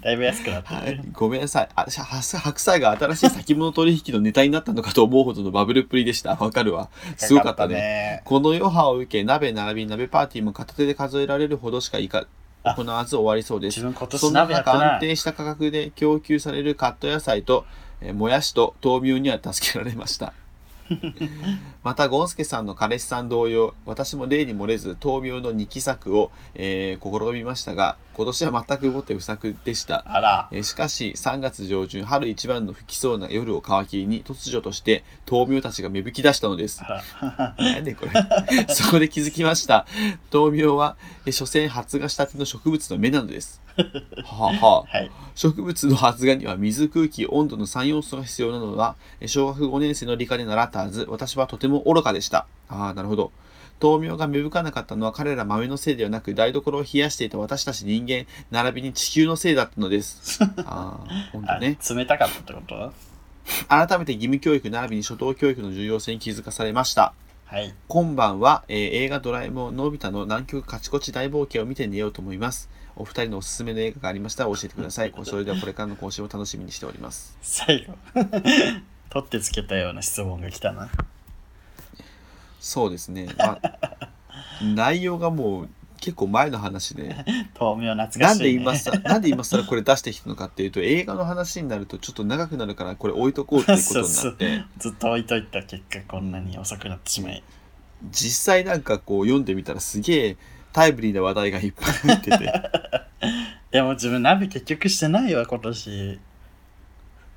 B: だいぶ安くなって
A: は
B: る
A: い。、ごめんなさいあしゃは白菜が新しい先物取引のネタになったのかと思うほどのバブルっぷりでしたわかるわすごかったね
B: ね。
A: この余波を受け鍋並びに鍋パーティーも片手で数えられるほどしかいか
B: あ
A: 行わず終わりそうです
B: 自分今
A: そ
B: 年
A: んな
B: 鍋やって
A: 中安
B: ない。
A: 定した価格で供給されるカット野菜と、えーもやしと豆苗には助けられま したまたゴンスケさんの彼氏さん同様私も例に漏れず豆苗の2期作を、えー試みましたが今年は全くもって不作でした
B: あら。
A: えーしかし3月上旬春一番の吹きそうな夜を皮切りに突如として豆苗たちが芽吹き出したのです
B: あら
A: なんでこれそこで気づきました豆苗はえー所詮発芽したての植物の芽なのですはあはあ
B: はい。
A: 植物の発芽には水空気温度の3要素が必要なのはえー小学5年生の理科で習ったはず私はとても愚かでしたああなるほど豆苗が芽吹かなかったのは彼ら豆のせいではなく台所を冷やしていた私たち人間並びに地球のせいだったのですああ本当
B: あ
A: ね
B: 冷たかったってこと
A: 改めて義務教育並びに初等教育の重要性に気づかされました
B: はい。
A: 今晩は、えー映画「ドラえもんのび太の南極カチコチ大冒険」を見て寝ようと思いますお二人のおすすめの映画がありましたら教えてくださいこそれではこれからの更新を楽しみにしております
B: 最後。 取ってつけたような質問が来たな。
A: そうですね、 まあ、内容がもう結構前の話で、
B: 豆苗懐か
A: な
B: し
A: ん
B: い、ね。
A: で今さなんで今更これ出してきたのかっていうと映画の話になるとちょっと長くなるからこれ置いとこうっていうことになって
B: そうずっと置いといた結果こんなに遅くなってしまい
A: 実際なんかこう読んでみたらすげえタイムリーな話題がいっぱい入ってて
B: でも自分鍋結局してないわ今年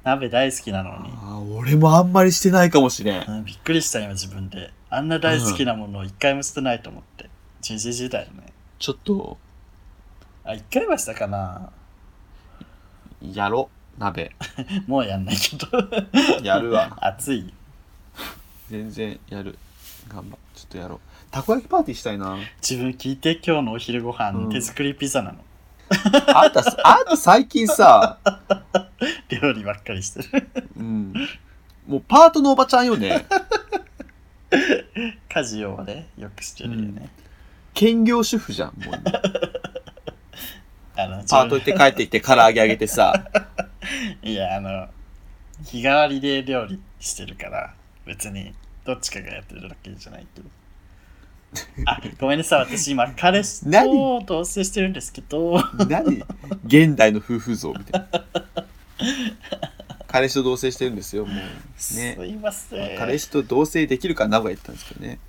B: 鍋大好きなのに
A: ああ俺もあんまりしてないかもしれん
B: うんびっくりした今自分であんな大好きなものを一回もしてないと思って人生時代のね
A: ちょっと
B: あ一回はしたかな
A: やろ鍋
B: もうやんないけど
A: やるわ
B: 暑い
A: 全然やる頑張ちょっとやろうたこ焼きパーティーしたいな
B: 自分聞いて今日のお昼ご飯、
A: うん
B: 手作りピザなの
A: あんたあんた最近さ
B: 料理ばっかりしてる
A: うんもうパートのおばちゃんよね
B: 家事をねよくしてるよね、
A: 兼業主婦じゃん もう
B: あの
A: パート行って帰ってきて唐揚げあげてさ
B: いや、あの、日替わりで料理してるから、別にどっちかがやってるだけじゃない けど。あ、ごめんなさい、私今、彼氏と
A: 何
B: 同棲してるんですけど、
A: 何現代の夫婦像みたいな彼氏と同棲してるんですよもう
B: す
A: ね
B: いません。
A: 彼氏と同棲できるから名古屋行ったんですけどね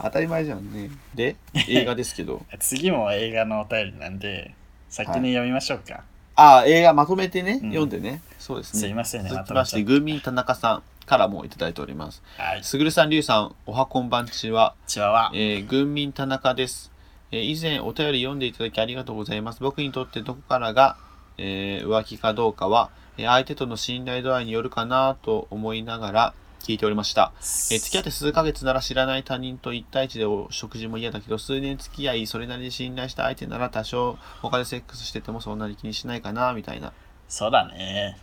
A: 当たり前じゃんねで映画ですけど
B: 次も映画のお便りなんで、先に読みましょうか。
A: ああ映画まとめてね、
B: うん
A: 読んでねそうですね
B: すいませんね、
A: 続
B: ま
A: き
B: と
A: ま
B: め
A: し
B: ちゃ
A: て、
B: って。
A: グミ田中さんからもいただいております。
B: はい、
A: すぐるさん、りゅうさん、おはこんばんちは。
B: チワワ。
A: えー、軍民田中です、えー以前お便り読んでいただきありがとうございます。僕にとってどこからが、えー浮気かどうかは、えー相手との信頼度合いによるかなと思いながら聞いておりました。えー付き合って数ヶ月なら知らない他人と一対一でお食事も嫌だけど数年付き合いそれなりに信頼した相手なら多少他でセックスしててもそんなに気にしないかなみたいな
B: そうだね。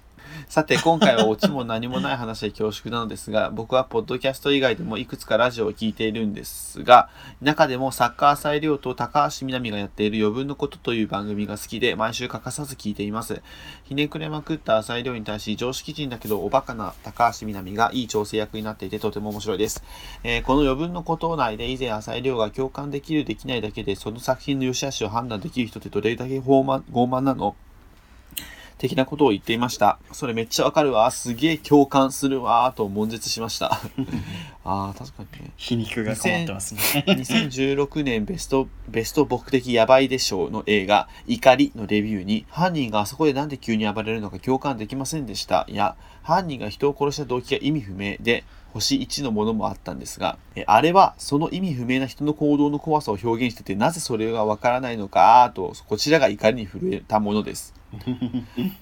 A: さて今回はオチも何もない話で恐縮なのですが僕はポッドキャスト以外でもいくつかラジオを聞いているんですが中でもサッカー裁量と高橋みなみがやっている余分のことという番組が好きで毎週欠かさず聞いていますひねくれまくった裁量に対し常識人だけどおバカな高橋みなみがいい調整役になっていてとても面白いです、えーこの余分のこと内で以前浅井亮が共感できるできないだけでその作品の良し悪しを判断できる人ってどれだけ傲慢傲慢なの的なことを言っていました。それめっちゃわかるわ。すげえ共感するわ。と悶絶しました。ああ、確かにね。
B: 皮肉がこもってますね。
A: 2016年ベスト、ベスト僕的ヤバいでしょうの映画、怒りのレビューに、犯人があそこでなんで急に暴れるのか共感できませんでした。いや、犯人が人を殺した動機が意味不明で、星1のものもあったんですが、えあれはその意味不明な人の行動の怖さを表現してて、なぜそれがわからないのか、と、こちらが怒りに震えたものです。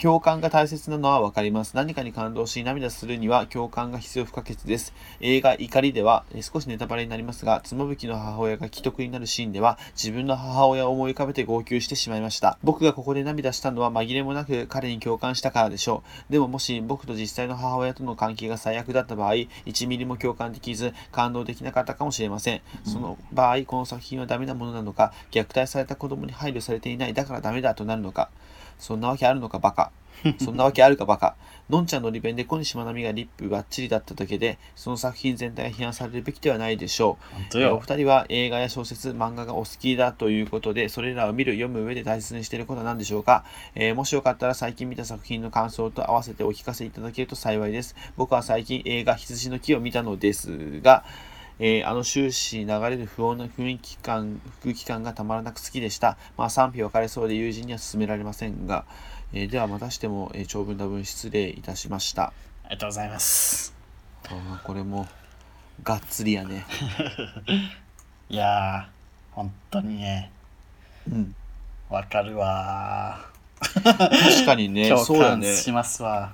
A: 共感が大切なのはわかります。何かに感動し、涙するには共感が必要不可欠です。映画怒りでは、え少しネタバレになりますが、妻夫木の母親が既得になるシーンでは、自分の母親を思い浮かべて号泣してしまいました。僕がここで涙したのは紛れもなく彼に共感したからでしょう。でももし僕と実際の母親との関係が最悪だった場合、1ミリも共感できず、感動できなかったかもしれません。その場合、この作品はダメなものなのか、虐待された子供に配慮されていない、だからダメだとなるのか。そんなわけあるのかバカ。そんなわけあるかバカ。のんちゃんのリベンで小西まなみがリップバッチリだっただけで、その作品全体が批判されるべきではないでしょう。
B: 本当
A: えーお
B: よ。
A: 二人は映画や小説、漫画がお好きだということで、それらを見る、読む上で大切にしていることは何でしょうか、えーもしよかったら最近見た作品の感想と合わせてお聞かせいただけると幸いです。僕は最近映画、羊の木を見たのですが、えーあの終始流れる不穏な雰囲気感、空気感がたまらなく好きでした。まあ賛否分かれそうで友人には勧められませんが、えーではまたしても、えー長文多文失礼いたしました。
B: ありがとうございます。
A: あーこれも、がっつりやね。
B: いやー、本当にね、
A: うん。
B: わかるわ
A: 確かに
B: ー。
A: ね、そう
B: 共
A: や
B: 感
A: ね。
B: しますわ。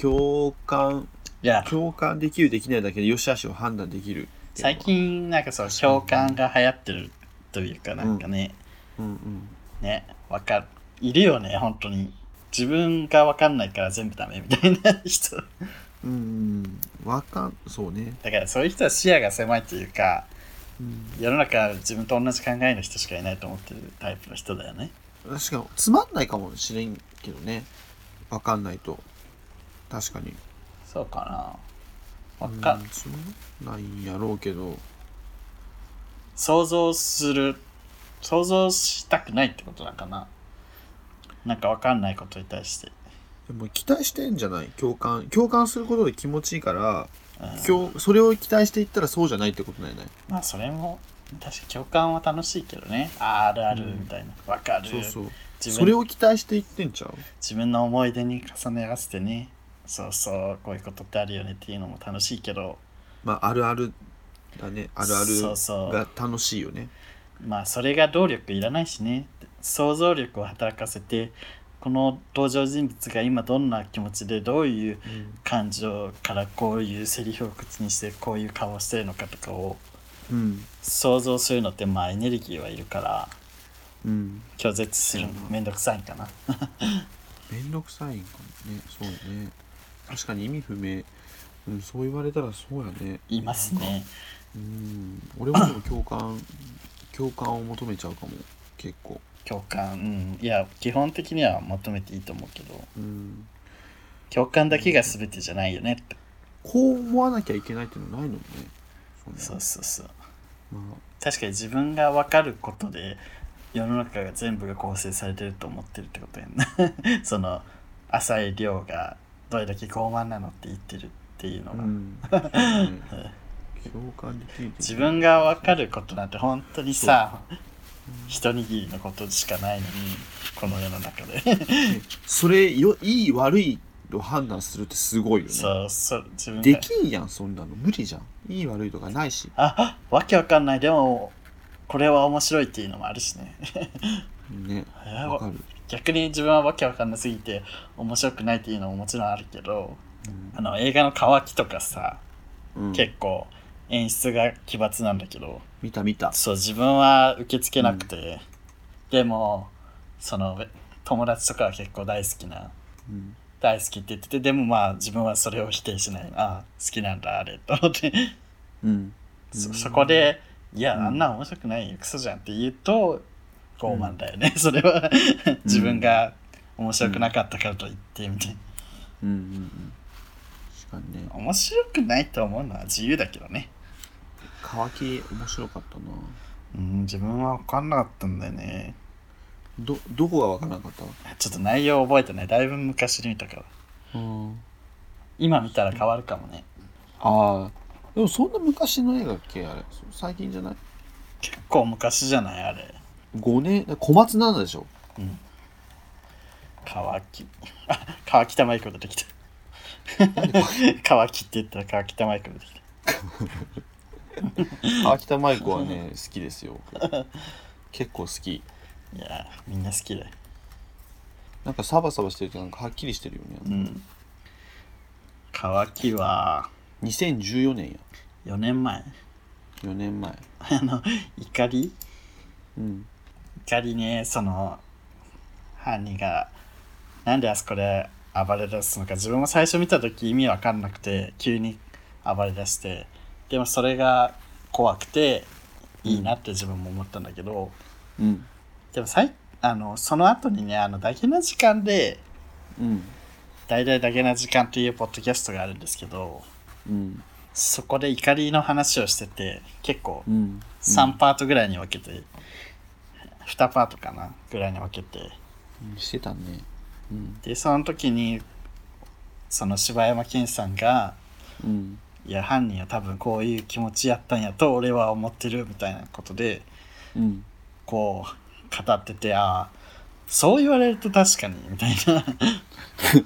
A: 共感
B: いや、
A: 共感できるできないだけで良し悪しを判断できる
B: 最近なんかそう共感が流行ってるというかなんかね、
A: うんうん
B: ねわかるいるよね本当に自分がわかんないから全部ダメみたいな人だ
A: うんうんわかんそうね、
B: からそういう人は視野が狭いというか
A: うん、
B: 世の中自分と同じ考えの人しかいないと思ってるタイプの人だよね
A: 確かにつまんないかもしれんけどねわかんないと確かに
B: そうかなわか、
A: うんつまんないんやろうけど
B: 想像する想像したくないってことだかななんかわかんないことに対して、
A: でも期待してんじゃない共感共感することで気持ちいいから
B: うん、
A: 今日それを期待していったらそうじゃないってことなんじゃない
B: まあそれも確か共感は楽しいけどねあるあるみたいなわ、かる
A: そうそう
B: 自分
A: それを期待していってんちゃう
B: 自分の思い出に重ね合わせてねそうそうこういうことってあるよねっていうのも楽しいけど
A: まああるあるだねあるあ
B: そう
A: る
B: そ
A: が楽しいよね
B: うまあそれが動力いらないしね想像力を働かせてこの登場人物が今どんな気持ちでどういう感情からこういうセリフを口にしてこういう顔をしてるのかとかを
A: うん
B: 想像するのってまあエネルギーはいるから
A: うん
B: 拒絶するのめんどくさいかな
A: 面倒くさいんかもねそうね確かに意味不明、うん、そう言われたらそうやね
B: いますね
A: うん俺もでも共感 共感を求めちゃうかも結構
B: 共感うんいや基本的には求めていいと思うけど
A: うん
B: 共感だけが全てじゃないよねって
A: こう思わなきゃいけないっていうのないのもねそんな
B: そうそうそう
A: まあ
B: 確かに自分が分かることで世の中が全部が構成されてると思ってるってことやんな その浅い量がどれだけ傲慢なのって言ってるっていうのが、
A: うん、そうね共感できる
B: 自分が分かることなんて本当にさ一握りのことしかないのにこの世の中で
A: それよいい悪いを判断するってすごいよ ね
B: そうそう自分
A: で
B: が
A: きんやんそんなの無理じゃんいい悪いとかないし
B: あわけわかんないでもこれは面白いっていうのもあるしね
A: ね
B: え
A: わかる
B: 逆に自分はわけわかんなすぎて面白くないっていうのももちろんあるけど
A: うん
B: あの映画の「乾き」とかさ、
A: うん
B: 結構演出が奇抜なんだけど
A: 見た見た
B: そう自分は受け付けなくて、でもその友達とかは結構大好きな
A: うん
B: 大好きって言っててでもまあ自分はそれを否定しないああ好きなんだあれと思って
A: うん
B: そそこで「いや
A: うん
B: あんな面白くないよクソじゃん」って言うと傲慢だよね、それは自分が面白くなかったからと言ってみて
A: うんうんうん確かにね
B: 面白くないと思うのは自由だけどね
A: 乾き面白かったな
B: うん自分は分かんなかったんだよね
A: どどこが分からなかった
B: ちょっと内容覚えてないだいぶ昔に見たから
A: うん
B: 今見たら変わるかもね
A: ああでもそんな昔の映画っけあれそ最近じゃない
B: 結構昔じゃないあれ
A: 5年小松菜奈でしょ
B: 乾きあ乾き玉いいことできた 川木って言ったら川北マイク出てきた
A: 秋田舞子は ね、好きですよ。結構好き。
B: いやーみんな好きだよ
A: なんかサバサバしてるとなんかはっきりしてるよ
B: う
A: ね。
B: ん川木は
A: 2014年や。
B: 4年前
A: 4年前。
B: あの怒り
A: うん。
B: 怒りねその犯人がなんであそこで暴れ出すのか自分も最初見た時意味わかんなくて急に暴れ出してでもそれが怖くていいなって自分も思ったんだけど、
A: うん。
B: でもさいあのその後にねあのだけな時間で
A: うん。
B: 大々だけな時間というポッドキャストがあるんですけど
A: うん。
B: そこで怒りの話をしてて結構
A: うん。
B: 3パートぐらいに分けて、2パートかなぐらいに分けて
A: うんしてたね。うん。
B: でその時にその柴山健さんが
A: うん。
B: いや犯人は多分こういう気持ちやったんやと俺は思ってるみたいなことで
A: うん。
B: こう語っててああそう言われると確かにみたいな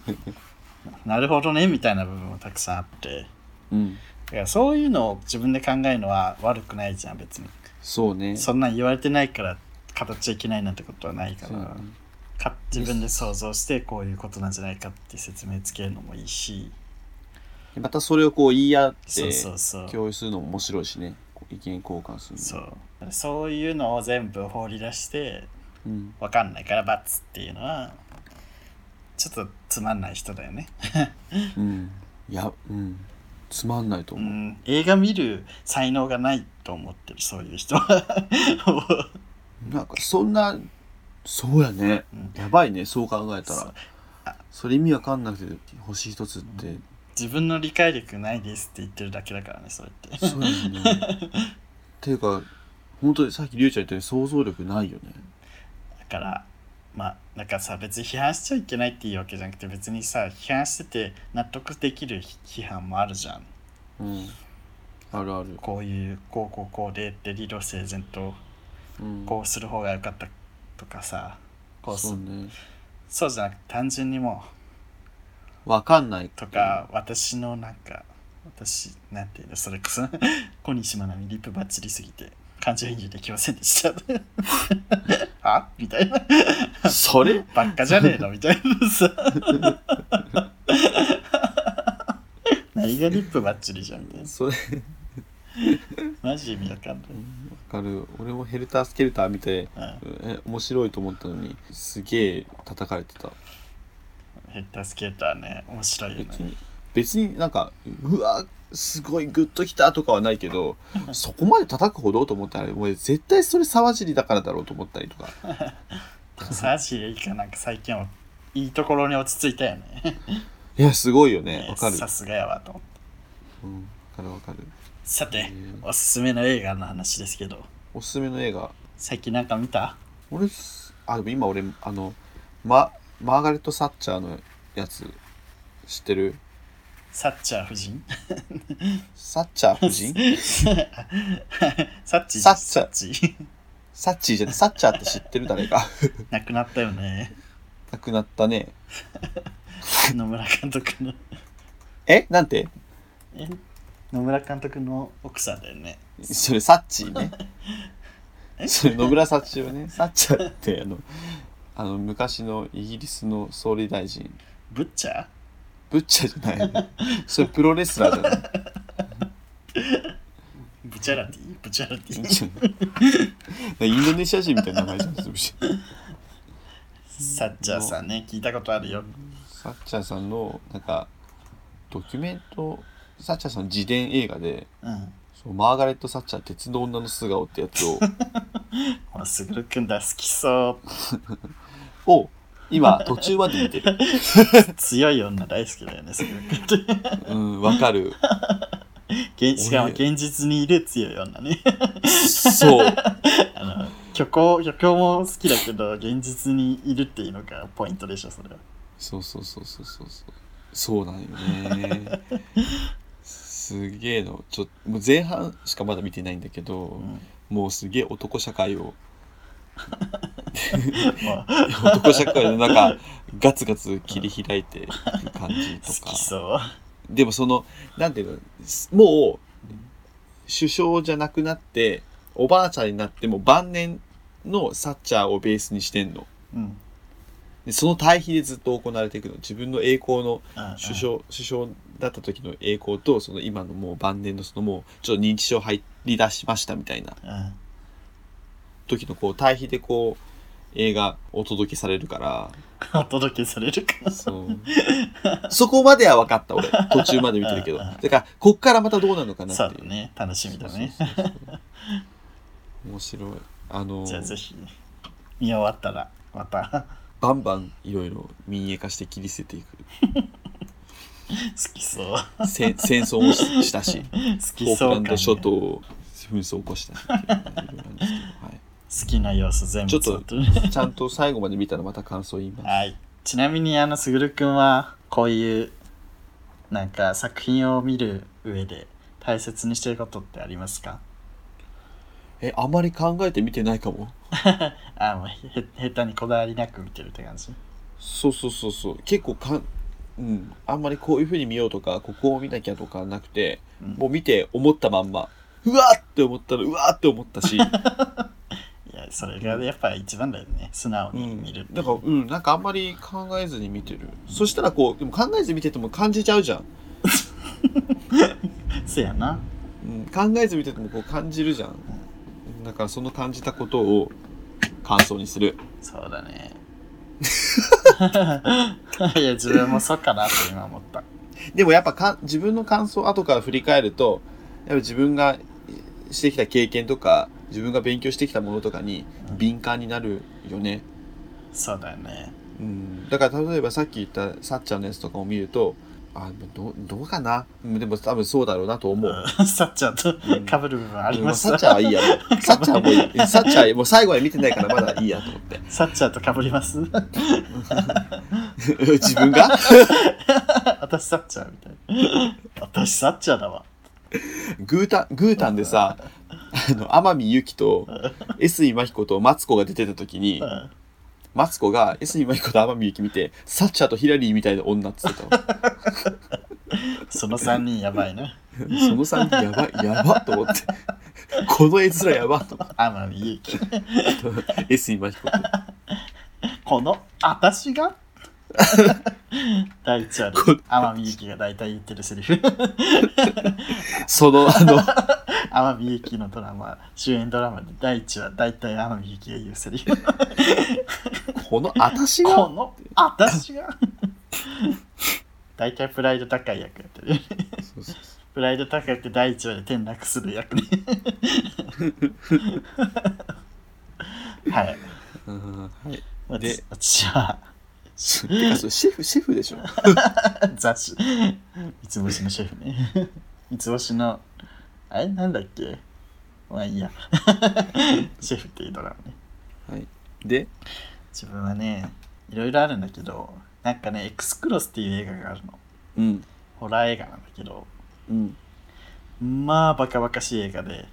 B: なるほどねみたいな部分もたくさんあって
A: うん。
B: だからそういうのを自分で考えるのは悪くないじゃん別に
A: そうね。
B: そんなん言われてないから語っちゃいけないなんてことはないか
A: そう
B: ら
A: だね
B: か自分で想像してこういうことなんじゃないかって説明つけるのもいいし
A: でまたそれをこう言い合っ
B: そ
A: て
B: うそうそう
A: 共有するのも面白いしね。こう意見交換するの。
B: そうそういうのを全部放り出して
A: うん。
B: わかんないから罰っていうのはちょっとつまんない人だよね
A: うん。いや、うん。つまんないと
B: う
A: 思う。
B: ん、映画見る才能がないと思ってるそういう人は
A: なんかそんな、そうやね。
B: うん
A: やばいね、そう考えた
B: そう
A: ら。それ意味わかんなくて、星一つって。
B: 自分の理解力ないですって言ってるだ けだからねそれって
A: そうやね。っていうか、本当にさっきりゅうちゃん言ったように想像力ないよね。
B: だからまあなんかさ別に批判しちゃいけないっていうわけじゃなくて別にさ批判してて納得できる批判もあるじゃん
A: うん。あるある。
B: こういうこうこうこうでって理路整然と
A: うん、
B: こうする方が良かったとかさこうす
A: そうね。
B: そうじゃなくて単純にも
A: わかんない。
B: うとか、私のなんか私なんていうのそれこそ 小西真奈美リップバッチリすぎて感情移入できませんで したあみたいな
A: そ れ
B: ばっかじゃねえのみたいな さ何がリップバッチリじゃんみたいな
A: それ、わ
B: マジ意味わかんない、
A: かる。俺もヘルタースケルター見て、
B: うん
A: え、面白いと思ったのに、すげえ叩かれてた。
B: ヘッダースケーターね面白いよ
A: 別
B: ね
A: に、別になんか、うわ、すごいグッときたとかはない けど、そこまで叩くほどと思ったら、俺絶対それ沢尻だからだろうと思ったりとか。
B: サージレイかなんか最近はいいところに落ち着いたよね
A: いや、すごいよね。わかる。
B: さすがやわと思って
A: うん、わかるわかる。
B: さて、
A: うん
B: おすすめの映画の話ですけど
A: おすすめの映画。
B: 最近なんか見た
A: 俺す、あ、でも今俺、あの、ま、マーガレット・サッチャーのやつ、知ってる
B: サッチャー夫人
A: サッチャー夫人
B: サッチ
A: サッチャー
B: チ
A: サッチーじゃない、サッチャーって知ってる誰か。
B: 亡くなったよね
A: 亡くなったね。
B: 野村監督の
A: えなんて
B: え野村監督の奥さんだよね
A: それ、サッチーね。
B: え
A: それ、野村サッチーはね、サッチャーって、あの、あの昔のイギリスの総理大臣。
B: ブッチャー
A: ブッチャーじゃない。それ、プロレスラーじゃない。
B: ブチャラティブチャラテ
A: イン
B: ィ
A: ドネシア人みたいな名前じゃん、つぶし。
B: サッチャーさんね聞いたことあるよ
A: サッチャーさんの、なんか、ドキュメント、サッチャーさんの自伝映画で、
B: うん
A: そうマーガレット・サッチャー、鉄の女の素顔ってやつを、
B: ほらすぐるくんだ好きそ
A: を今、途中まで見て
B: う
A: る。
B: 強い女大好きだよねすぐるくんって
A: うん、わかる。
B: 現しかも現実にいる強い女ね
A: そう。
B: あの虚構虚構も好きだけど現実にいるっていうのがポイントでしょそれは
A: そうそうそうそうそうそう。そうなんよね。すげえの。ちょもう前半しかまだ見てないんだけど、
B: ん
A: もうすげえ 男社会を
B: もう
A: 男社会の中ガツガツ切り開いていく感じと
B: 好
A: か
B: きそう
A: でもそのなんていうのもう首相じゃなくなっておばあちゃんになっても晩年のサッチャーをベースにしてんの
B: うん
A: でその対比でずっと行われていくの自分の栄光の
B: あ
A: 首相首相だった時の栄光とその今のもう晩年のそのもうちょっと認知症入り出しましたみたいな
B: あ
A: 時のこう対比でこう映画お届けされるから
B: あお届けされるかな
A: そう そこまでは分かった俺途中まで見てるけどだからこっからまたどうなるのかなって
B: そ
A: いう
B: うだね楽しみだね
A: そうそうそうそう面白いあの
B: じゃあぜひ見終わったらまた
A: バンバンいろいろ民営化して切り捨てていく
B: 好きそう
A: 戦 戦争もししたし
B: 好
A: フォ
B: き
A: ーク
B: そう
A: ラ
B: 感
A: ン
B: ね
A: ド諸島を紛争起こしたしっていうのがいろいろあるんですけどはい
B: 好きな要素全部
A: ちょっと
B: 詰まってる
A: ちゃんと最後まで見たらまた感想言います。
B: はいちなみにあのすぐるくんはこういうなんか作品を見る上で大切にしてることってありますか
A: え、あまり考えて見てないかも。
B: あもうへへ下手にこだわりなく見てるって感じ
A: そうそうそうそう。結構かん、うん、あんまりこういう風に見ようとか、ここを見なきゃとかなくて、
B: うん
A: もう見て思ったまんま、うわーって思ったら、うわーって思った し、
B: いやそれがやっぱ一番だよね素直
A: う
B: に
A: ん
B: 見るって、、
A: なんか、うん、なんかあんまり考えずに見てる。そしたらこう、でも考えず見てても感じちゃうじゃん。
B: せやな
A: うん、考えず見ててもこう感じるじゃん。だからその感じたことを感想にする。
B: そうだね いや自分もそうかなって今思った
A: でもやっぱか自分の感想後から振り返るとやっぱ自分がしてきた経験とか自分が勉強してきたものとかに
B: うん
A: 敏感になるよね、
B: そうだよね
A: うん、だから例えばさっき言ったさっちゃんのやつとかを見るとあどどうかなうんでも多分そうだろうなと思う、
B: うんさっちゃんと
A: うん
B: かぶる部分あり
A: うんま
B: ま
A: あ
B: す
A: さっちゃんはいいやもうさっちゃんはもういいさっちゃんはもう最後まで見てないからまだいいやと思って
B: サッチャーとかぶります
A: 自分が
B: 私サッチャーみたいな。私サッチャーだわ。
A: グータングータンでさあの天海祐希と江角真紀子とマツコが出てた時に、
B: うん
A: マツコが S にマイコと天海祐希見てサッチャーとヒラリーみたいな女っつってたわ
B: その3人やばいな。
A: その3人やばいやばっと思ってこの絵面やばっと思っ
B: 天海祐希。
A: て S にマイコと
B: この私が第一話で天海祐希が大体言ってるセリフ。
A: そのあの
B: 天海祐希のドラマ、主演ドラマで第一話大体天海祐希が言うセリフ。
A: この私
B: こ
A: が
B: の私が大体プライド高い役やってるよね。
A: そうそうそう
B: プライド高いって第一話で転落する役ね。はい。
A: うんはい
B: で
A: で、
B: 私は
A: すてかそれシェフシェフでしょ
B: 雑誌、三つ星のシェフね。三つ星の、あれなんだっけまあいいや。シェフっていうドラマね。
A: で
B: 自分はね、いろいろあるんだけど、なんかね、エクスクロスっていう映画があるの。
A: うん
B: ホラー映画なんだけど、
A: うん
B: まあバカバカしい映画で、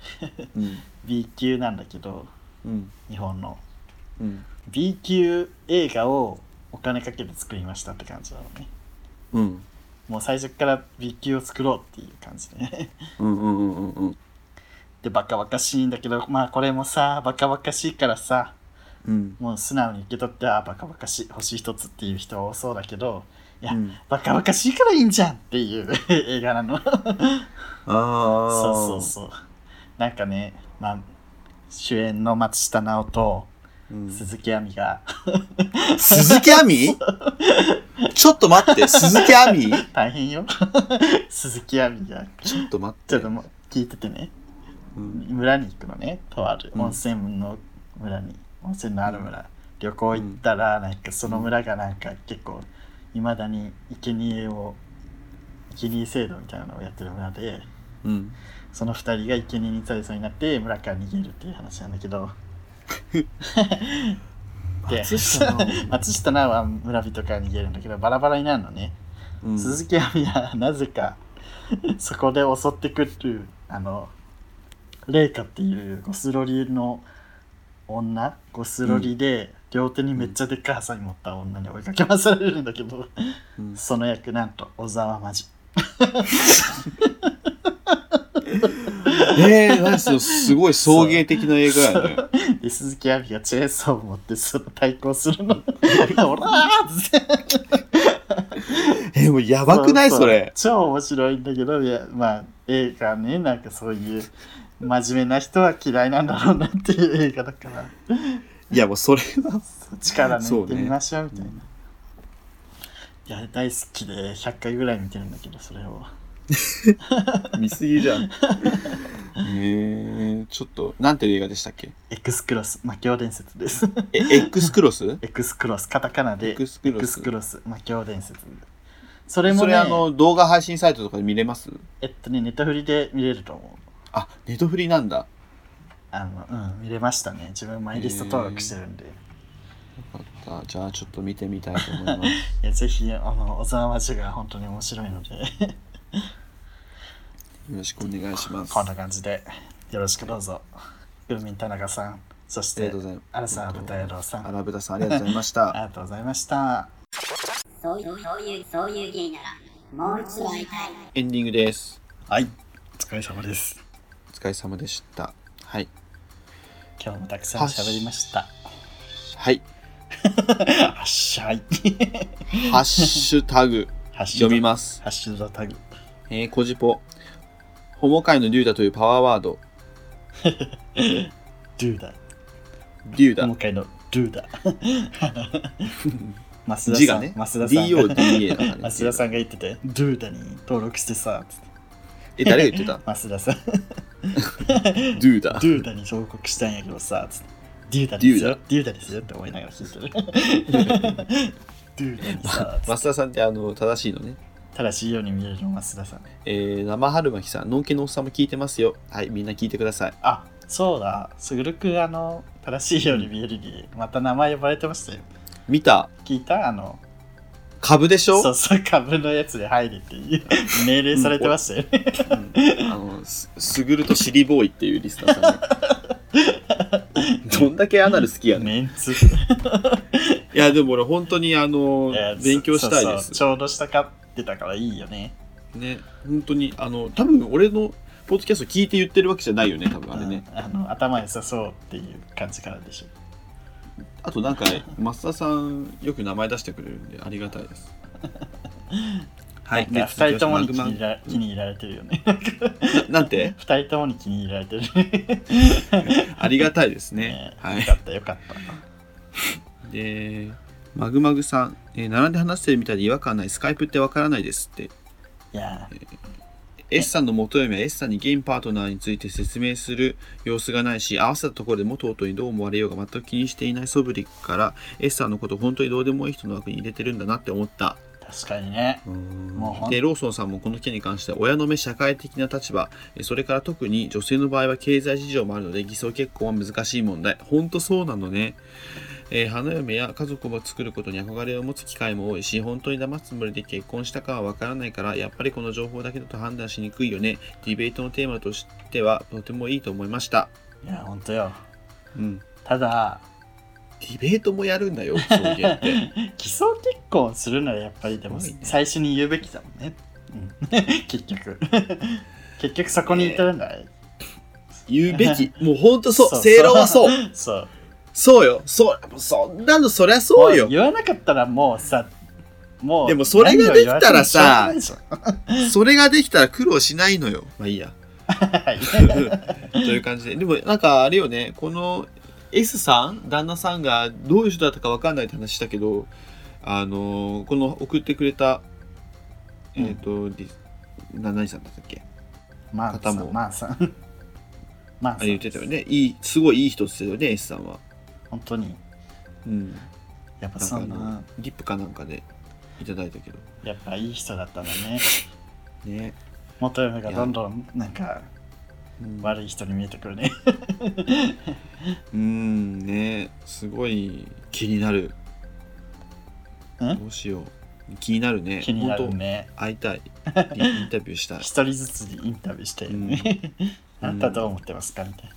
A: うん
B: B 級なんだけど、
A: うん
B: 日本の。
A: うん
B: B 級映画をお金かけて作りましたって感じなのね。
A: うん
B: もう最初から B 級を作ろうっていう感じで。
A: うんうんうんうんうん
B: でバカバカしいんだけどまあこれもさバカバカしいからさ
A: うん
B: もう素直に受け取ってあバカバカしい星一つっていう人多そうだけどいや、
A: うん
B: バカバカしいからいいんじゃんっていう 映画なのそう
A: ああ
B: そうそうなんかねまあ主演の松下奈緒と
A: うん
B: 鈴木亜美が
A: 鈴木亜美ちょっと待って鈴木亜美
B: 大変よ鈴木亜美が
A: ちょっと待って
B: ちょっともう聞いててね
A: うん
B: 村に行くのねとある
A: うん
B: 温泉の村に、温泉のある村、旅行行ったらなんかその村がなんか結構いまだに生贄を生贄制度みたいなのをやってる村で
A: うん
B: その2人が生贄にされそうになって村から逃げるっていう話なんだけ どで
A: 松下奈緒
B: 松下奈緒は村人から逃げるんだけどバラバラになるのね、
A: うん
B: 鈴木亜美はなぜか そこで襲ってくるあの麗華っていうゴスロリの女ゴスロリで両手にめっちゃでっかいハサミ持った女に追いかけ回されるんだけど、
A: うん
B: その役なんと小沢真珠
A: えー、何そのすごい送迎的な映画やね。
B: で鈴木亜美がチェーンソーを持ってその対抗す るのオラーって
A: えー、もうやばくないそれ。
B: そうそう超面白いんだけどいやまあ映画ねなんかそういう真面目な人は嫌いなんだろうなっていう映画だから
A: いや、もうそれは。
B: そう力
A: そ
B: 抜
A: う
B: いて
A: ね
B: みましょうみたいな、いや大好きで100回ぐらい見てるんだけどそれを
A: 見すぎじゃん。えー、ちょっと、なんていう映画でしたっけ
B: エクスクロス魔境伝説です
A: え、X クロス
B: エクスクロスカタカナでエ
A: X クロス
B: クスクロス魔境伝説それも
A: そ
B: ね
A: れあの、動画配信サイトとかで見れます
B: えっとねネタフリで見れると思う
A: あ、ネットフリなんだ。
B: あのうん見れましたね自分マイリスト登録してるんで、
A: よかったじゃあちょっと見てみたいと思い ます。
B: いやぜひあの小沢真珠が本当に面白いので
A: よろしくお願いします。
B: こんな感じでよろしくどうぞウルミン田中さんそし
A: ありが
B: て
A: とうございます。
B: アラサーアブタヤロウさん
A: アラブタさん、ありがとうございました
B: あり。がとうございました
C: そういう、そういう、そういう芸なら、もう一度会いたい。
A: エンディングです。
B: はいお疲れ様です
A: お疲れ様でした。はい。
B: 今日もたくさん喋りました
A: はい。
B: はっしゃい
A: ハッシュタグ、
B: ハッシュド
A: 読みます。
B: ハッシュドタグ
A: えー、コジポ。ホモ界のデューダというパワーワード。
B: ドゥだ
A: デューダ
B: 今。回のド ゥだ増田
A: 字
B: さ
A: が
B: ん、
A: ね、
B: 増田さんが
A: DODA だからね
B: 増田さんが言っててドゥだに登録してさつって
A: え、誰が言っ てた
B: 増 田さん
A: ドゥーダ
B: デ。ューダに報告したんやけどさ、つってデューダです
A: デュ
B: よ、デューダですよって思いながら聞 いてる。 デューダにさ、つっ
A: 増田さんってあの正しいのね。
B: て正しいように見えるの、増田さん。
A: えー、生春巻きさん、のんけのおっさんも聞いてますよ。はい、みんな聞いてください。
B: あ、そうだ、すぐるくあの、正しいように見えるに、また名前呼ばれてましたよ。
A: 見た
B: 聞いたあの、
A: 株でしょ
B: そうそう、株のやつで入れって いう命令されてましたよね。
A: うんあのすすぐるとシリボーイっていうリスナーさん がどんだけアナル好きやね
B: メン ツ。
A: んいやでも俺本当にあの
B: えー
A: 勉強したいで
B: そうそう
A: す
B: ちょうどしたかってたからいいよね。
A: ね本当にあの多分俺のポッドキャスト聞いて言ってるわけじゃないよね多分あれね、
B: うんあの頭良さそうっていう感じからでしょ。
A: あとなんか増田さんよく名前出してくれるんでありがたいです はい
B: なんか2人ともに気
A: マ
B: に
A: グ
B: 入
A: マ
B: ら気に入られてるよね。
A: ななんて
B: 2人ともに気に入られてる。
A: ありがたいですね
B: ね
A: はい
B: よかったよかった。
A: でマグマグさん、えー並んで話してるみたいで違和感ないスカイプってわからないですって
B: いや
A: S さんの元嫁は S さんにゲインパートナーについて説明する様子がないし合わせたところで元夫にどう思われようが全く気にしていない素振りから S さんのこと本当にどうでもいい人の枠に入れてるんだなって思った
B: 確かにね。もうほん
A: でローソンさんもこの件に関して親の目社会的な立場えそれから特に女性の場合は経済事情もあるので偽装結婚は難しい問題本当そうなのね、えー花嫁や家族を作ることに憧れを持つ機会も多いし本当に騙すつもりで結婚したかはわからないからやっぱりこの情報だけだと判断しにくいよねディベートのテーマとしてはとてもいいと思いました、
B: いや、ほんとよ。
A: うん、デ
B: ただ、
A: ィベートもやるんだよそういう芸って
B: 偽装結婚するならやっぱりでも
A: すごいね
B: 最初に言うべきだもんね。うん、 結局。結局そこに至るんだね。
A: 言うべきもう本当そう
B: そう
A: 正論はそう
B: そう。
A: そうよそうそんなのそりゃそうよ
B: も言わなかったらもうさ、もう。
A: でもそれができたら
B: 何を言わ
A: さ
B: れてもしょうが
A: それができたら苦労しないのよ。まあいいや。
B: ないじゃんはい
A: という感じで。でもなんかあれよね、この S さん、旦那さんがどういう人だったかわかんないって話したけど、あのーこの送ってくれた、えっ、と、ディな何さんだったっけ
B: マンさ
A: 方
B: ん
A: も。
B: マンさ ん。マン
A: あ
B: さ
A: れ
B: ん。
A: 言ってたよね。いい、すごいいい人ですよね、S さんは。
B: 本当に。
A: うん。
B: やっぱ
A: なんか
B: そ
A: あ
B: ん
A: の
B: な、、
A: リップかなんかでいただいたけど。
B: やっぱいい人だったんだね。
A: ね。
B: 元嫁がどんどんなんか
A: うん
B: 悪い人に見えてくるね。
A: うんねすごい気になる
B: ん
A: どうしよう気になるね
B: 気になる
A: 本
B: ね。
A: 当会いたいインインタビューしたい
B: 一人ずつにインタビューして、
A: うん
B: あなたどう思ってますかみたいな。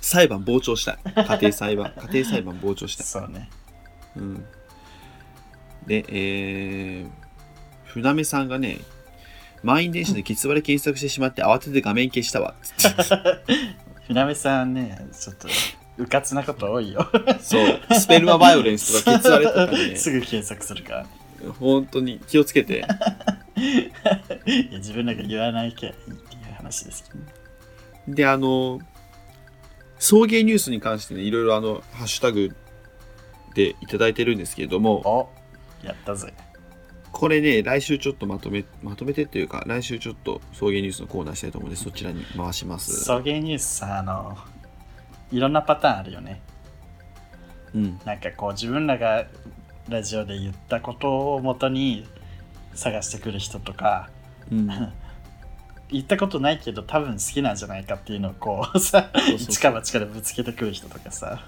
A: 裁判傍聴したい。家庭 裁判、家庭裁判傍聴したい。
B: そうね
A: うん、で、えー、船目さんがね、満員電車できつわで検索してしまって慌てて画面消し たわ。つって
B: 船目さんねちょっとうかつなこと多いよ
A: そう、スペルマバイオレンスとかきつわれとか
B: す
A: ね、
B: ぐ検索するからね
A: 本当に気をつけて。
B: いや自分なんか言わないけっていう話ですけど、
A: で、あの、送迎ニュースに関してね、いろいろあの、ハッシュタグでいただいてるんですけれども、
B: おやったぜ
A: これね、来週ちょっとまとめ、まとめてっていうか、来週ちょっと送迎ニュースのコーナーしたいと思うので、そちらに回します。
B: 送迎ニュースさあのいろんなパターンあるよね
A: うん。
B: なんかこう自分らがラジオで言ったことをもとに探してくる人とか
A: うん。
B: 言ったことないけど多分好きなんじゃないかっていうのをこうさ
A: そうそう
B: 一か八からぶつけてくる人とかさ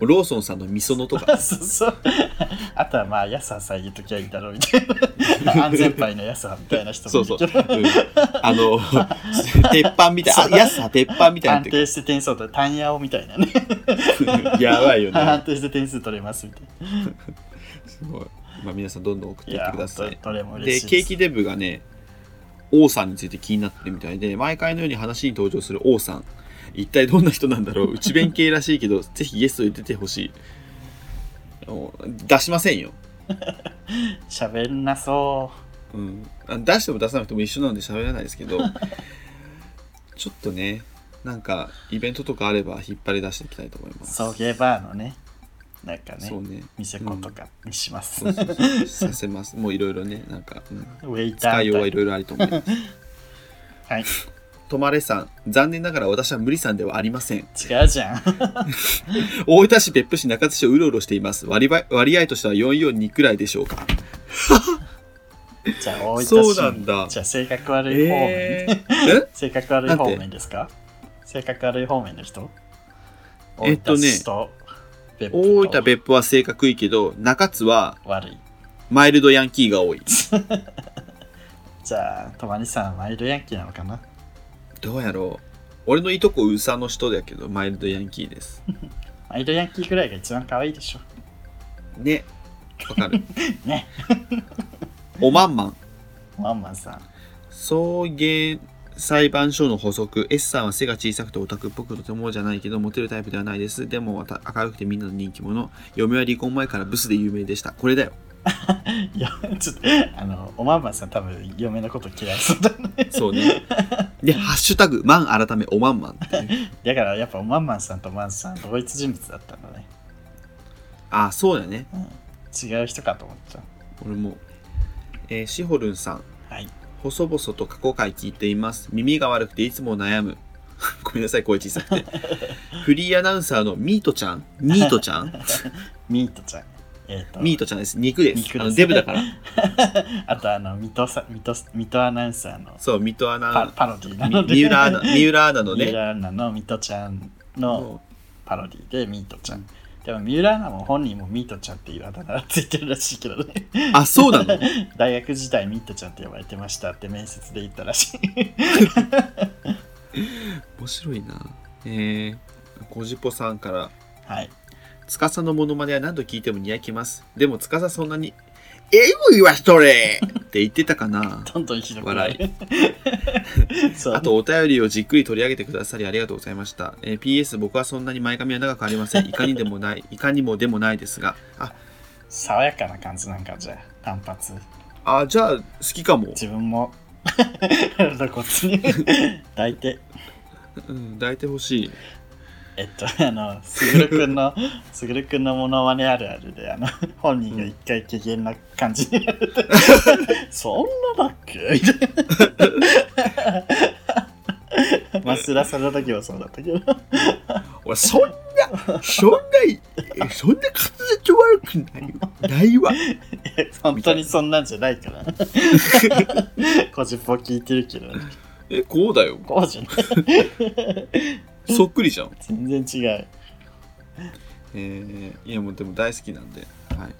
A: ローソンさんのみそのと か、
B: そうそうあとはまあ安ささえ言うときゃいいだろうみたい な安全牌の安さみたいな人
A: そ
B: もい
A: うそう、
B: る
A: うん
B: けど、
A: あの 鉄板みたいな、安さ鉄板みたい
B: 安
A: な
B: 定して点数を取る単野をみたいなね
A: やばいよね
B: 安。定して点数取れますみたいな
A: すごい。まあ皆さんどんどん送って
B: い
A: いって
B: や
A: ください
B: 本。当どれも嬉
A: で、
B: しい
A: ケーキデブがね、王さんについて気になってるみたいで、毎回のように話に登場する王さん。一体どんな人なんだ ろう内弁慶らしいけど、ぜひゲストに出てほしい。もう出しませんよ。
B: 喋んなそ
A: うん、あ出しても出さなくても一緒なので喋らないですけ どちょっとねなんかイベントとかあれば引っ張り出していきたいと思いま
B: う
A: す
B: 送迎バーのねなんかね
A: そうね
B: 店子とかにします、
A: そうそうそうさせ ますもういろいろねなんか、うん
B: ウェイター
A: 使いようは
B: み
A: い
B: た
A: ろいろあると思います
B: い
A: とまれさん残念ながら私は無理さんではありません
B: なはい違うじゃん
A: 大分市別府市中津市をうろうろしています割合割合としては442くらいでしょうか
B: じゃあ大分市
A: そうなんだ
B: じゃあ性格悪い方面、
A: え
B: 性格悪い方面ですか性格悪い方面の人
A: えっと
B: 大分
A: ね大
B: 市と
A: 分別府は性格いいけど中津は
B: 府悪い
A: マイルドヤンキーが多い
B: じゃあとまりさんはマイルヤンキーなのかな
A: どうやろう俺のいとこうさの人だけどマイルドヤンキーです
B: マイルヤンキーぐらいが一番可愛いでしょ
A: ねわかる
B: ね
A: おまんまん
B: ワンマンさん
A: 送迎裁判所の補足 S さんは背が小さくてオタクっぽくとてもじゃないけどモテるタイプではないですでもまた明るくてみんなの人気者嫁は離婚前からブスで有名でしたこれだよ
B: いやちょっとあのおまんまさん多分嫁のこと嫌いそうだね
A: そうねで「ハッシュタグマン改めおまんまん」っていう
B: だからやっぱおまんまさんとまんさん同一人物だったんだね
A: あそうだね
B: 違う人かと思っちゃ
A: 俺もえー、しほるんさん
B: うはい
A: 細々と過去回聞いています耳が悪くていつも悩む ごめんなさい声小さくてフリーアナウンサーのミートちゃんミートち ゃん
B: ミートちゃんえっ、と
A: ミートちゃんです肉です
B: 肉です
A: あのデブだから
B: あとあの水戸さ水戸水戸アナウンサーの
A: そうミトア
B: パ
A: ナ
B: パロディな
A: み
B: ので
A: 三浦 アナ三浦アナの
B: 三
A: ね
B: 浦アナのミトちゃんの
A: も
B: パロディでミートちゃんでも三浦アナも本人もミートちゃんっていうあだ名がついてるらしいけどね
A: うあそうなの
B: 大学時代ミートちゃんって呼ばれてましたって面接で言ったらしい
A: 面白いなえー、コジポさんから
B: はい
A: 司のモノマネは何度聞いてもにやきますでも司そんなに「エグいわそ れ!」って言ってたかな
B: どんどんひどくなる そう
A: あとお便りをじっくり取り上げてくださりありがとうございました。えー PS 僕はそんなに前髪は長くありませ ん。いかにでもない、いかにもでもないですが。あ、
B: 爽やかな感じなんかじゃあ単発
A: あじゃあ好きかも。
B: 自分も こっちに 抱いて
A: うん、抱いてほしい。
B: えっと、 あの、すぐるくん の、すぐるくんのモノマネあるあるで、あの、本人が一回機嫌な感じにな るとそんなだっけみたいな。 マスラさんの時もそうだったけど、
A: 俺そんな、そんな、そんな滑舌悪くないよ。ないわ。
B: 本当にそんなんじゃない から。こじっぽ聞いてるけど、
A: え、こうだよ。
B: こうじゃない。
A: そっくりじゃん。
B: 全然違う。
A: えー、いやもうでも大好きなんで。はい。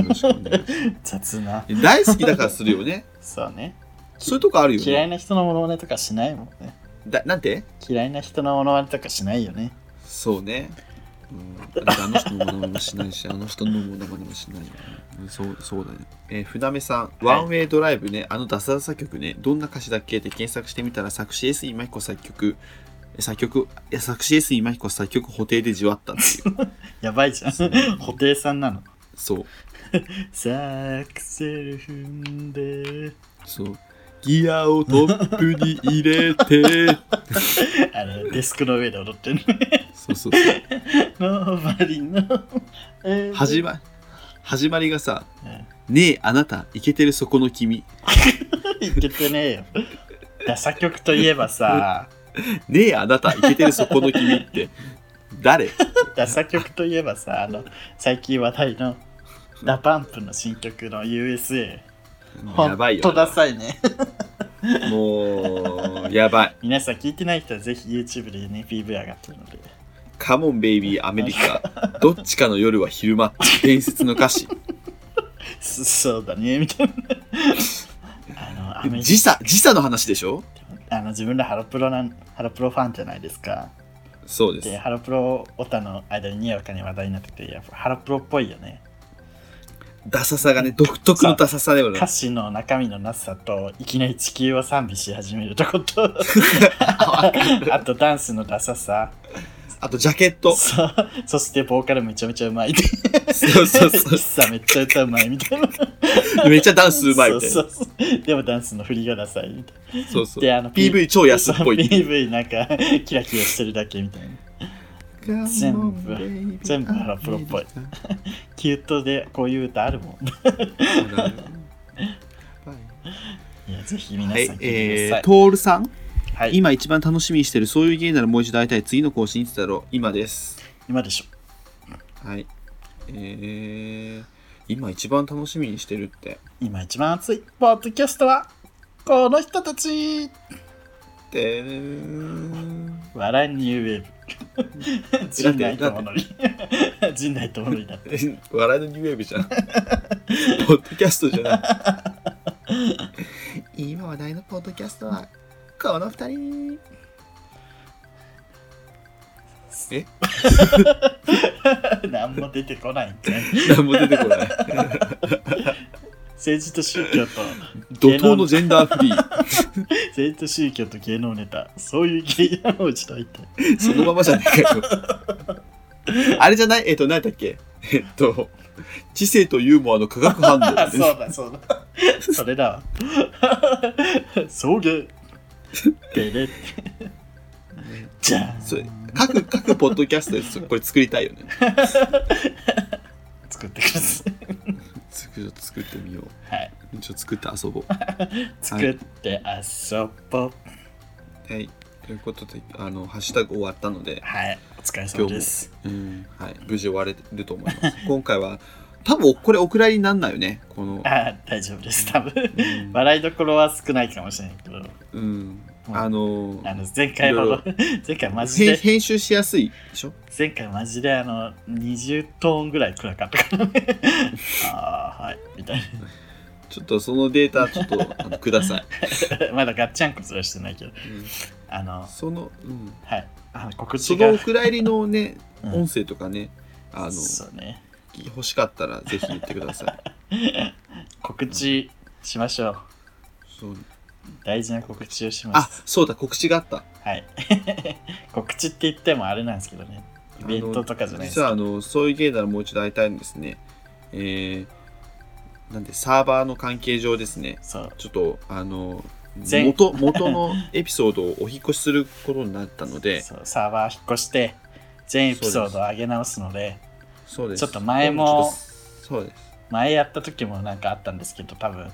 A: よろしくお願いし
B: 雑な。
A: ます 大好きだからするよね。
B: そうね。
A: そういうとこあるよ
B: 嫌い
A: ね。
B: な人のモノマネとかしないもんね。
A: だなんて
B: 嫌いな人のものまねとかしないよね
A: そうね。うん、だってあの人のものまねもしないし、あの人のものまねもしないよね。うんそうそうだね。えー、船目さん、ワンウェイドライブね、あのダサダサ曲ね、どんな歌詞だっけって検索してみたら、作詞 S 今彦作曲、作曲、いや作詞 S 今彦作曲、補定でじわったっていう。
B: やばい じゃん
A: そうね
B: 布袋さんなの
A: そう、
B: サクセル踏んで
A: そう。ギアをトップに入れて。
B: あのデスクの上 で踊ってる
A: そうそうそう。
B: ノーバリの、えー
A: 始ま始まりがさ、
B: うん
A: ねえ、あなた、イケてるそこの君。
B: いけてねえよダサ曲といえばさ
A: ねえ、あなた、イケてるそこの君って、誰
B: ダサ曲といえばさあの最近話題のダパンプの新曲の USA
A: やばい
B: ほんとダ
A: よ。
B: サいね
A: もう、やばい。
B: 皆さん聞いてない人はぜひ YouTube でね PV 上がってるので
A: カモンベイビーアメリカ。どっちかの夜は昼間。伝説の歌詞。
B: そそうだねみたいなあのアメリ
A: 時差、時差の話でしょ
B: カあの自分らハロプロなんハロプロファンじゃないですか
A: そうで。
B: ですハロプロオタの間ににやかに話題になっててやっぱハロプロっぽいよね
A: ダサさがね、独特のダサさだよね
B: 歌。詞の中身のなさといきなり地球を賛美し始めるとことあとダンスのダサさ
A: あと、ジャケット。
B: そそしてボーカルめちゃめちゃうまいそ
A: そうそう
B: 喫
A: そ
B: 茶めっちゃ歌うまいみたいな
A: う。めっちゃダンスうまいみたい
B: そ
A: な。
B: うそうそうでもダンスの振りがダサいみたい
A: そうそう。
B: であの
A: PV 超
B: な
A: 安っぽい。
B: PV なんかキラキラしてるだけみたいな全部全部ハロプロっぽいキュートでこういう歌あるもんいやぜひ皆
A: は
B: さん
A: い
B: 聴い、てくだ
A: えー、
B: さい、
A: トールさん、
B: はい、今
A: 今一番楽しみにしてる、そういう芸ならもう一度会いたい、次の更新いつだろう、今です。
B: 今でしょ
A: はい。えー、今一番楽しみにしてるって。
B: 今一番熱いポッドキャストはこの人たち
A: てれー
B: 笑いニューウェ ーブ陣内智則 陣内智則だって
A: ん 笑いのニューウェーブじゃん。ポッドキャストじゃない。今話題のポッドキャストは、この二人。え
B: 何も出てこないんかい
A: 何も出てこない。
B: 政治と宗教と
A: 怒涛のジェンダーフリー。
B: 政治と宗教と芸能ネタそういう芸能を一度言って
A: そのままじゃねえかよ。 あれじゃないえっと、何だっけえっと、知性とユーモアの化学反応
B: あ そうだそうだそれだわ送迎てれじゃん
A: それ各各ポッドキャストでそこれ作りたいよね。
B: 作ってください
A: 作る作ってみよう。
B: はい
A: ちょっと作って遊ぼう。
B: 作って遊ぼう
A: はい。ということで、あの、ハッシュタグ終わったので、
B: はいお疲れ様です
A: うん、はい、無事終われると思い ます。今回は、多分これお蔵入りになんないよね。この、
B: あ大丈夫です多分
A: うん
B: 笑いどころは少ないかもしれないけど
A: うん、あの、
B: あの前回ほ
A: いろ
B: ど 前回マジ
A: 編
B: で
A: 編集しやすいでしょ
B: 前回マジであの20トーンぐらい暗かったから ねああはいみたい
A: ちょっとそのデータ、ちょっとあのくだ さい。
B: なまだガッチャンコすらしてないけど
A: うん
B: あの
A: その、うん、
B: はいあの告
A: そ
B: 知が
A: のお蔵入りのね、
B: うん
A: 音声とかね、あの、
B: そうね
A: 欲しかったらぜひ言ってくださ い。
B: 告知しましょう
A: そう
B: 大事な告知をしま
A: あ
B: す
A: そうだ告知があった
B: はい 告知って言ってもあれなんですけどねイベントとかじゃないです
A: 実はあのそういう芸ならもう一度会いたいんですねえー、なんでサーバーの関係上ですね
B: そう
A: ちょっとあの
B: 全
A: 元元のエピソードをお引っ越しすることになったの で
B: そうサーバー引っ越して全エピソードを上げ直すので
A: そうです
B: ちょっと前も
A: ちょっとそうです、
B: 前やった時もなんかあったんですけど多分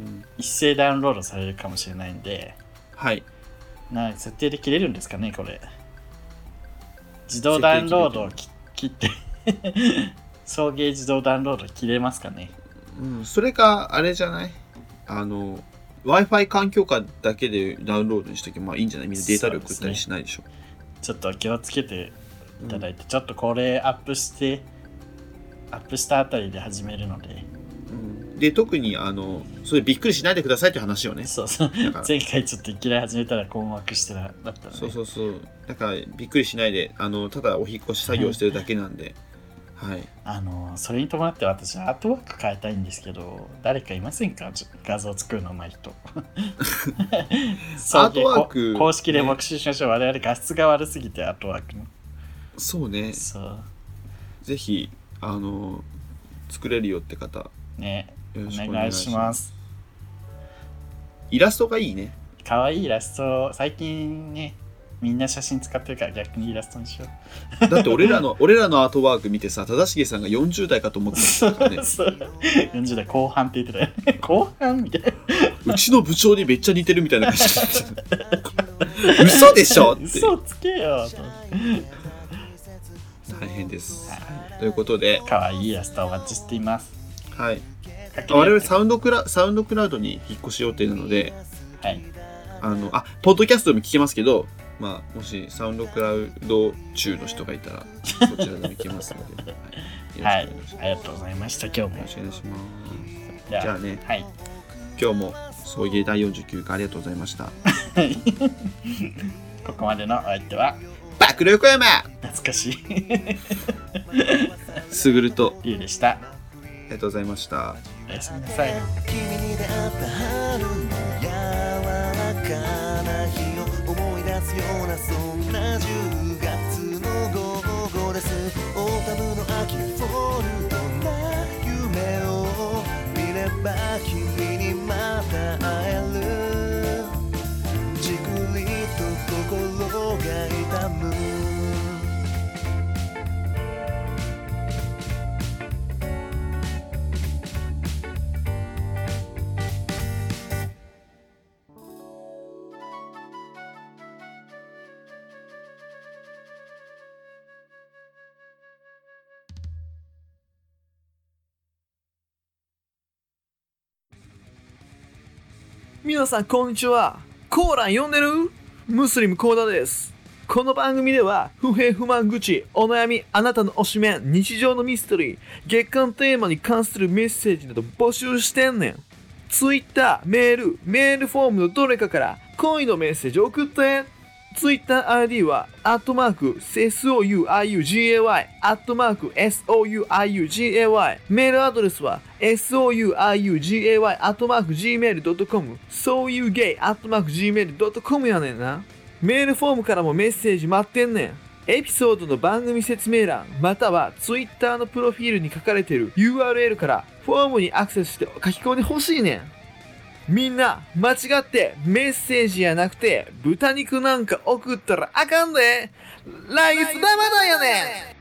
A: うん、
B: 一斉ダウンロードされるかもしれないんで
A: はい
B: な設定で切れるんですかねこれ自動ダウンロードをき切って 送迎自動ダウンロード切れますかね
A: うん、それかあれじゃないあの w i f i 環境下だけでダウンロードにしとけばまあいいんじゃないみんなデータ量
B: そうで
A: 送っ
B: すね
A: たりしないでしょ
B: ちょっと気をつけていただいて、ちょっとこれアップしてアップしたあたりで始めるので
A: うんで、特に、あの、それびっくりしないでくださいという話をね。
B: そうそう
A: だから
B: 前回ちょっといきなり始めたら困惑してなだったので
A: そうそうそう。だから、びっくりしないで、あの、ただお引っ越し作業してるだけなんで。はい。
B: あのそれに伴って私アートワーク変えたいんですけど誰かいませんかじ画像作るのうまい 人
A: アートワーク
B: こ公式で募集しましょう、我々画質が悪すぎてアートワークの
A: そうね。
B: そ
A: ぜひ、あの、作れるよって方、よ
B: うね
A: ろしく
B: お
A: お願
B: 願
A: い
B: い
A: し
B: し
A: ま。
B: ますす
A: イラストがいいね。
B: 可愛いイラスト最近ねみんな写真使ってるから逆にイラストにしよ
A: だって俺ら の、俺らのアートワーク見てさ、正成さんが40代かと思ってたからね
B: う。そう40代後半って言ってたよ ね後半みたいな
A: うちの部長にめっちゃ似てるみたいな感じ嘘でしょって
B: 嘘つけよと
A: 大変です、ということで、
B: 可愛いイラストお待ちしています
A: はい、我々サウンドクラサウンドクラウドに引っ越し予定なので
B: はい
A: あのあポッドキャストでも聞けますけど、まあ、もしサウンドクラウド中の人がいたらそちらでも聞けますので、は、
B: はい い
A: よろしくお願いします、
B: ありがとうございました。今日
A: よ
B: も
A: ろ。しくお願いします
B: じ
A: じゃあね
B: はい。
A: 今日も送迎第49回ありがとうございました
B: ここまでのお相手は、
A: 爆力山
B: 懐かしい
A: すぐると
B: リュウでした。
A: ありがとうございました
B: おやすみなさい。
D: 君に出会った春の柔らかな日を思い出すようなそんな10月の午後ですオータムの秋フォルトな夢を見れば君にまた会えるじくりと心が痛む
E: 皆さんこんにちはコーラン読んでるムスリムコーダですこの番組では不平不満愚痴お悩みあなたの推しメン日常のミステリー月間テーマに関するメッセージなど募集してんねん Twitter メールメールフォームのどれかから恋のメッセージを送って TwitterID は、アットマーク、souiugay、アットマーク、souiugay。メールアドレスは、souiugay、アットマーク、gmail.com、sougay、アットマーク、gmail.com やねんな。メールフォームからもメッセージ待ってんねん。エピソードの番組説明欄、または Twitter のプロフィールに書かれている URL から、フォームにアクセスして書き込んでほしいねん。みんな、間違ってメッセージやなくて、豚肉なんか送ったらあかんで来月生だよね